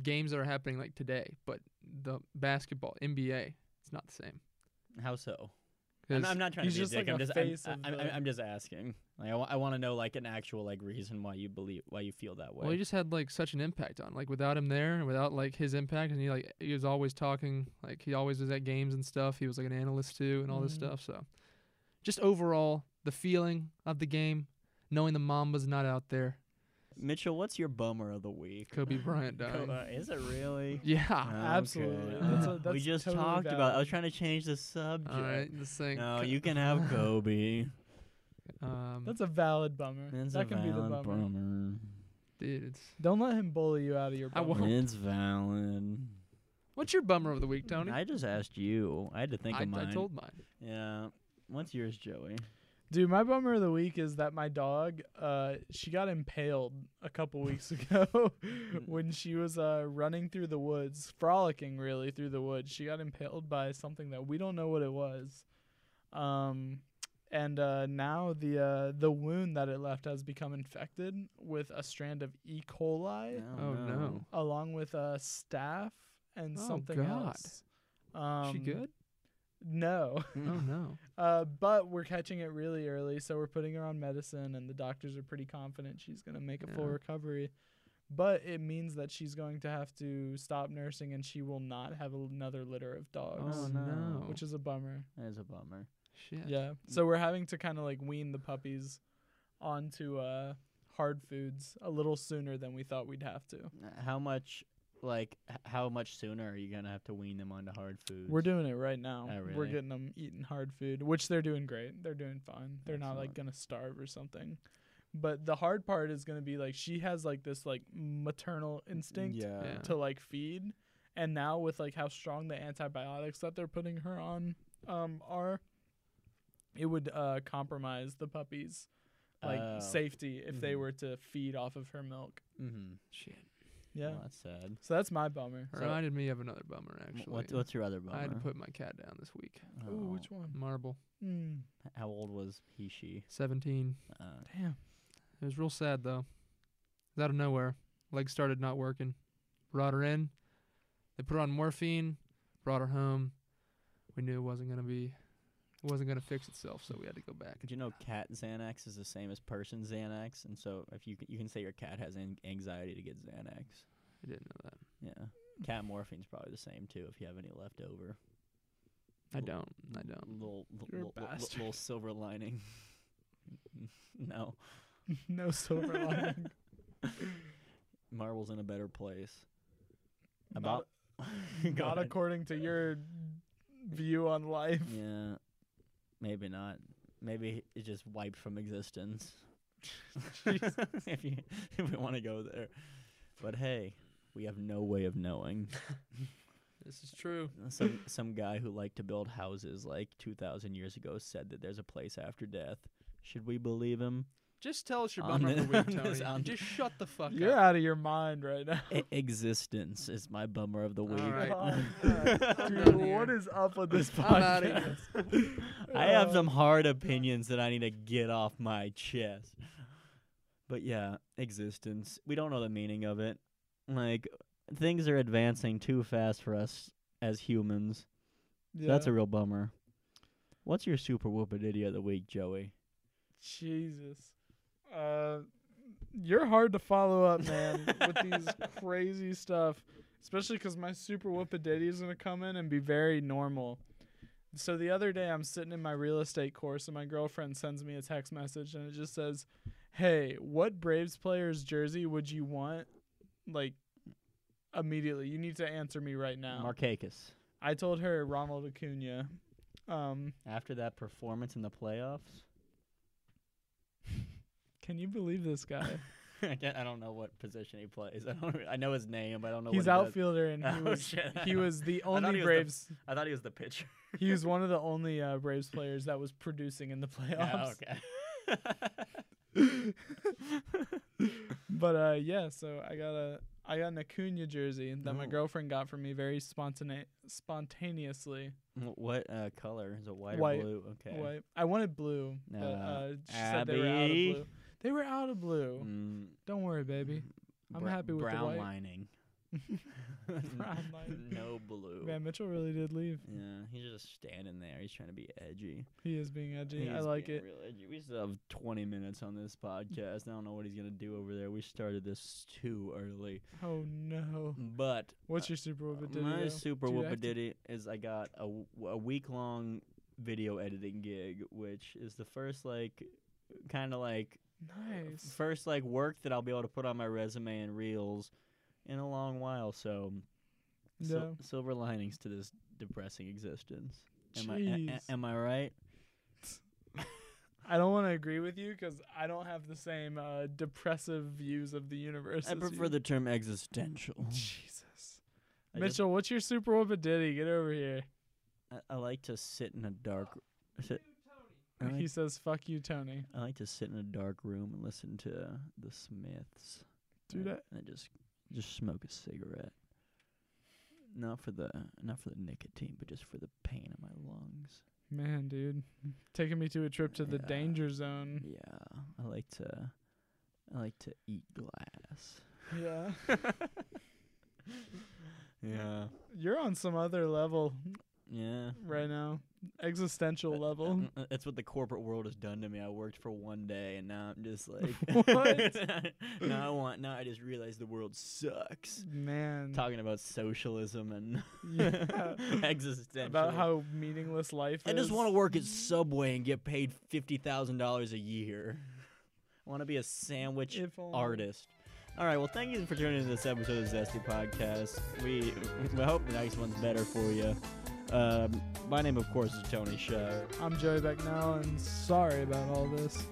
Speaker 3: games that are happening like today, but the basketball NBA. It's not the same.
Speaker 1: How so? I'm,
Speaker 3: 'Cause
Speaker 1: I'm not trying
Speaker 2: he's
Speaker 1: to be
Speaker 2: just
Speaker 1: a dick. I'm
Speaker 2: like a
Speaker 1: just I'm-
Speaker 2: face of
Speaker 1: I'm, I'm,
Speaker 2: the-
Speaker 1: I'm just asking. Like I want to know like an actual like reason why you believe why you feel that way.
Speaker 3: well, he just had like such an impact on like without him there, and without like his impact, and he like he was always talking, like he always was at games and stuff. He was like an analyst too, and all this
Speaker 1: Mm-hmm.
Speaker 2: Mhm.
Speaker 3: stuff. So, just overall, the feeling of the game, knowing the Mamba's not out there,
Speaker 1: Mitchell, what's your bummer of the week? <laughs>
Speaker 3: Kobe Bryant
Speaker 1: Co-
Speaker 3: dying.
Speaker 1: uh, is it really?
Speaker 3: yeah.
Speaker 2: Absolutely.
Speaker 1: Okay.
Speaker 2: That's a-
Speaker 1: we
Speaker 2: that's
Speaker 1: just
Speaker 2: totally
Speaker 1: talked about. I was
Speaker 2: valid.
Speaker 1: trying to change the subject.
Speaker 3: All right, this thing.
Speaker 1: No, you can
Speaker 3: <laughs>
Speaker 1: have Kobe.
Speaker 3: Um,
Speaker 2: That's a valid bummer.
Speaker 1: It's
Speaker 2: that
Speaker 1: a
Speaker 2: can be the
Speaker 1: valid
Speaker 2: bummer.
Speaker 1: bummer.
Speaker 3: dude, it's.
Speaker 2: Don't let him bully you out of your.
Speaker 3: I
Speaker 2: bummer.
Speaker 3: won't.
Speaker 1: It's valid.
Speaker 3: What's your bummer of the week, Tony?
Speaker 1: I just asked you. I had to think
Speaker 3: I,
Speaker 1: of
Speaker 3: I
Speaker 1: mine.
Speaker 3: told mine.
Speaker 1: <laughs> yeah. What's yours, Joey?
Speaker 2: Dude, my bummer of the week is that my dog, uh, she got impaled a couple weeks <laughs> ago
Speaker 3: Mm.
Speaker 2: when she was uh, running through the woods, frolicking really through the woods. She got impaled by something that we don't know what it was, um, and uh, now the uh, the wound that it left has become infected with a strand of E. coli,
Speaker 3: Oh, no.
Speaker 2: along with uh, staph and
Speaker 3: Oh,
Speaker 2: something
Speaker 3: God.
Speaker 2: else. Um,
Speaker 3: she good?
Speaker 2: No.
Speaker 1: Hmm.
Speaker 3: Oh no.
Speaker 2: Uh, but we're catching it really early, so we're putting her on medicine, and the doctors are pretty confident she's going to make a full
Speaker 3: Yeah.
Speaker 2: recovery. But it means that she's going to have to stop nursing, and she will not have another litter of dogs,
Speaker 3: Oh
Speaker 1: no.
Speaker 3: no.
Speaker 2: which is a bummer.
Speaker 1: That is a bummer.
Speaker 3: Shit.
Speaker 2: Yeah. So we're having to kind of like wean the puppies onto uh, hard foods a little sooner than we thought we'd have to.
Speaker 1: How much, like, h- how much sooner are you gonna have to wean them onto hard foods?
Speaker 2: We're doing it right now.
Speaker 1: Oh,
Speaker 2: We're
Speaker 1: really?
Speaker 2: getting them eating hard food, which they're doing great. They're doing fine. They're not like
Speaker 1: Excellent.
Speaker 2: gonna starve or something. But the hard part is gonna be like she has like this like maternal instinct
Speaker 1: Yeah.
Speaker 3: Yeah.
Speaker 2: to like feed, and now with like how strong the antibiotics that they're putting her on um are, it would uh compromise the puppies like
Speaker 1: Oh.
Speaker 2: safety if they
Speaker 1: Mhm.
Speaker 2: were to feed off of her milk.
Speaker 1: Mm-hmm.
Speaker 3: Shit.
Speaker 2: Yeah.
Speaker 1: Well, that's sad.
Speaker 2: So that's my bummer.
Speaker 1: So-
Speaker 3: Reminded me of another bummer
Speaker 1: M-
Speaker 3: actually.
Speaker 1: What, what's your other
Speaker 3: I had to
Speaker 1: bummer?
Speaker 3: put my cat down this week.
Speaker 2: Ooh,
Speaker 1: oh.
Speaker 2: which one?
Speaker 3: Marble.
Speaker 2: Mm,
Speaker 1: How old was he? She.
Speaker 3: Seventeen.
Speaker 1: Uh,
Speaker 2: damn. <laughs>
Speaker 3: It was real sad though. It was out of nowhere. Legs started not working. Brought her in. They put her on morphine. Brought her home. We knew it wasn't gonna be it wasn't gonna fix itself, so we had to go back.
Speaker 1: did you know cat Xanax is the same as person Xanax? And so if you c- you can say your cat has an anxiety to get Xanax.
Speaker 3: I didn't know that.
Speaker 1: Yeah. Cat morphine's probably the same too. If you have any left over,
Speaker 3: I don't. I don't.
Speaker 1: little
Speaker 2: You're a
Speaker 1: little, little,
Speaker 2: bastard.
Speaker 1: little silver lining. <laughs> no,
Speaker 2: no silver
Speaker 1: <laughs>
Speaker 2: lining.
Speaker 1: Marvel's in a better place.
Speaker 3: <laughs>
Speaker 2: Not-
Speaker 1: About Go
Speaker 2: not
Speaker 1: ahead.
Speaker 2: according to your view on life.
Speaker 1: yeah, maybe not. Maybe it's just wiped from existence. <laughs> if you if we want to go there, but hey, we have no way of knowing.
Speaker 3: This is true.
Speaker 1: some some guy who liked to build houses like 2000 years ago said that there's a place after death should we believe him
Speaker 3: Just tell us your
Speaker 1: On
Speaker 3: bummer of the
Speaker 1: the-
Speaker 3: week,
Speaker 1: on
Speaker 3: Tony.
Speaker 1: this- on-
Speaker 3: Just shut the fuck
Speaker 2: <laughs> You're
Speaker 3: up.
Speaker 2: out of your mind right now.
Speaker 3: <gasps>
Speaker 1: E- existence is my bummer of the
Speaker 3: All
Speaker 1: week <laughs>
Speaker 2: <laughs>
Speaker 3: right. I'm
Speaker 2: Dude,
Speaker 3: done
Speaker 2: what
Speaker 3: here.
Speaker 2: is up with this
Speaker 1: this
Speaker 3: I'm outta
Speaker 2: podcast?
Speaker 1: podcast <laughs> i have some hard opinions that i need to get off my chest but yeah existence we don't know the meaning of it like things are advancing too fast for us as humans that's a real bummer what's your super whoopid idiot of the week joey
Speaker 2: Jesus. Uh, you're hard to follow up, man, with
Speaker 1: <laughs>
Speaker 2: these crazy stuff. Especially 'cause my super whoopidity is going to come in and be very normal. So the other day, I'm sitting in my real estate course, and my girlfriend sends me a text message, and it just says, Hey, what Braves player's jersey would you want? Like, immediately. You need to answer me right now.
Speaker 1: Marcakis.
Speaker 2: I told her Ronald Acuna. Um,
Speaker 1: after that performance in the playoffs.
Speaker 2: can you believe this guy?
Speaker 1: <laughs> <laughs> I, can't, I don't know what position he plays. I don't. I know his name. but I don't know.
Speaker 2: He's
Speaker 1: what he does.
Speaker 2: outfielder, and he
Speaker 1: Oh,
Speaker 2: was
Speaker 1: shit, <laughs> I
Speaker 2: he
Speaker 1: know.
Speaker 2: was the
Speaker 1: thought he
Speaker 2: only
Speaker 1: was the-
Speaker 2: Braves.
Speaker 1: <laughs> I thought he was the pitcher.
Speaker 2: he was one of the only uh, Braves players that was producing in the
Speaker 1: <laughs> Yeah,
Speaker 2: playoffs.
Speaker 1: Oh,
Speaker 2: <laughs>
Speaker 1: okay. <laughs>
Speaker 2: But uh, yeah, so I got a I got an Acuna jersey that my
Speaker 1: Ooh.
Speaker 2: girlfriend got for me very spontane spontaneously.
Speaker 1: Wh- what uh, color is it? White,
Speaker 2: White.
Speaker 1: or blue? Okay.
Speaker 2: White. I wanted blue, but
Speaker 1: No.
Speaker 2: uh, she said they were out of
Speaker 1: Abby?
Speaker 2: blue. They were out of blue.
Speaker 1: Mm,
Speaker 2: Don't worry, baby. I'm
Speaker 1: bra-
Speaker 2: happy with the
Speaker 1: brown
Speaker 2: white.
Speaker 1: lining.
Speaker 2: <laughs> Brown lining.
Speaker 1: <laughs> No blue.
Speaker 2: Man, Mitchell really did leave.
Speaker 1: Yeah, he's just standing there. He's trying to be edgy.
Speaker 2: He is being edgy.
Speaker 1: He
Speaker 2: I
Speaker 1: is
Speaker 2: like
Speaker 1: being
Speaker 2: it.
Speaker 1: real edgy. We still have 20 minutes on this podcast. I don't know what he's gonna do over there. We started this too early,
Speaker 2: Oh no.
Speaker 1: but
Speaker 2: What's your super whoopid
Speaker 1: Uh, my
Speaker 2: video?
Speaker 1: super
Speaker 2: Dude, I have to-
Speaker 1: whoopidity is I got a, w- a week long video editing gig, which is the first like kind of like
Speaker 2: Nice.
Speaker 1: first like work that I'll be able to put on my resume and reels in a long while. So, sil- silver linings to this depressing existence. Am I, a-
Speaker 2: Jeez.
Speaker 1: a- am I right?
Speaker 2: I don't want to agree with you because I don't have the same uh, depressive views of the universe.
Speaker 1: I
Speaker 2: as
Speaker 1: prefer
Speaker 2: you.
Speaker 1: the term
Speaker 2: <laughs>
Speaker 1: existential.
Speaker 2: Jesus.
Speaker 1: I just-
Speaker 2: Mitchell, what's your super whoopid ditty? Get over here.
Speaker 1: I, I like to sit in a dark. Sit, I,
Speaker 2: He
Speaker 1: like,
Speaker 2: says, "Fuck you, Tony."
Speaker 1: I like to sit in a dark room and listen to the Smiths.
Speaker 2: Dude,
Speaker 1: and,
Speaker 2: I-
Speaker 1: and just just smoke a cigarette. Not for the not for the nicotine, but just for the pain in my lungs.
Speaker 2: Man, dude, taking me to a trip to the
Speaker 1: Yeah.
Speaker 2: danger
Speaker 1: Mm.
Speaker 2: zone.
Speaker 1: Yeah, I like to I like to eat glass.
Speaker 2: Yeah,
Speaker 1: Yeah.
Speaker 2: <laughs> you're on some other level
Speaker 1: Yeah.
Speaker 2: right now, existential
Speaker 1: That-
Speaker 2: level.
Speaker 1: uh, That's what the corporate world has done to me. I worked for one day, and now I'm just <laughs> like,
Speaker 2: What?
Speaker 1: now I want. Now I just realize the world sucks.
Speaker 2: Man,
Speaker 1: Talking about socialism and <laughs>
Speaker 2: yeah.
Speaker 1: existential.
Speaker 2: about how meaningless life
Speaker 1: I
Speaker 2: is.
Speaker 1: just want to work at Subway and get paid fifty thousand dollars a year. <laughs> I want to be a sandwich
Speaker 2: If only.
Speaker 1: artist. All right. Well, thank you for tuning into this episode of the Zesty Podcast. We we hope the next one's better for you. Um, my name, of course, is Tony Show.
Speaker 2: I'm Joey Beck now, and sorry about all this.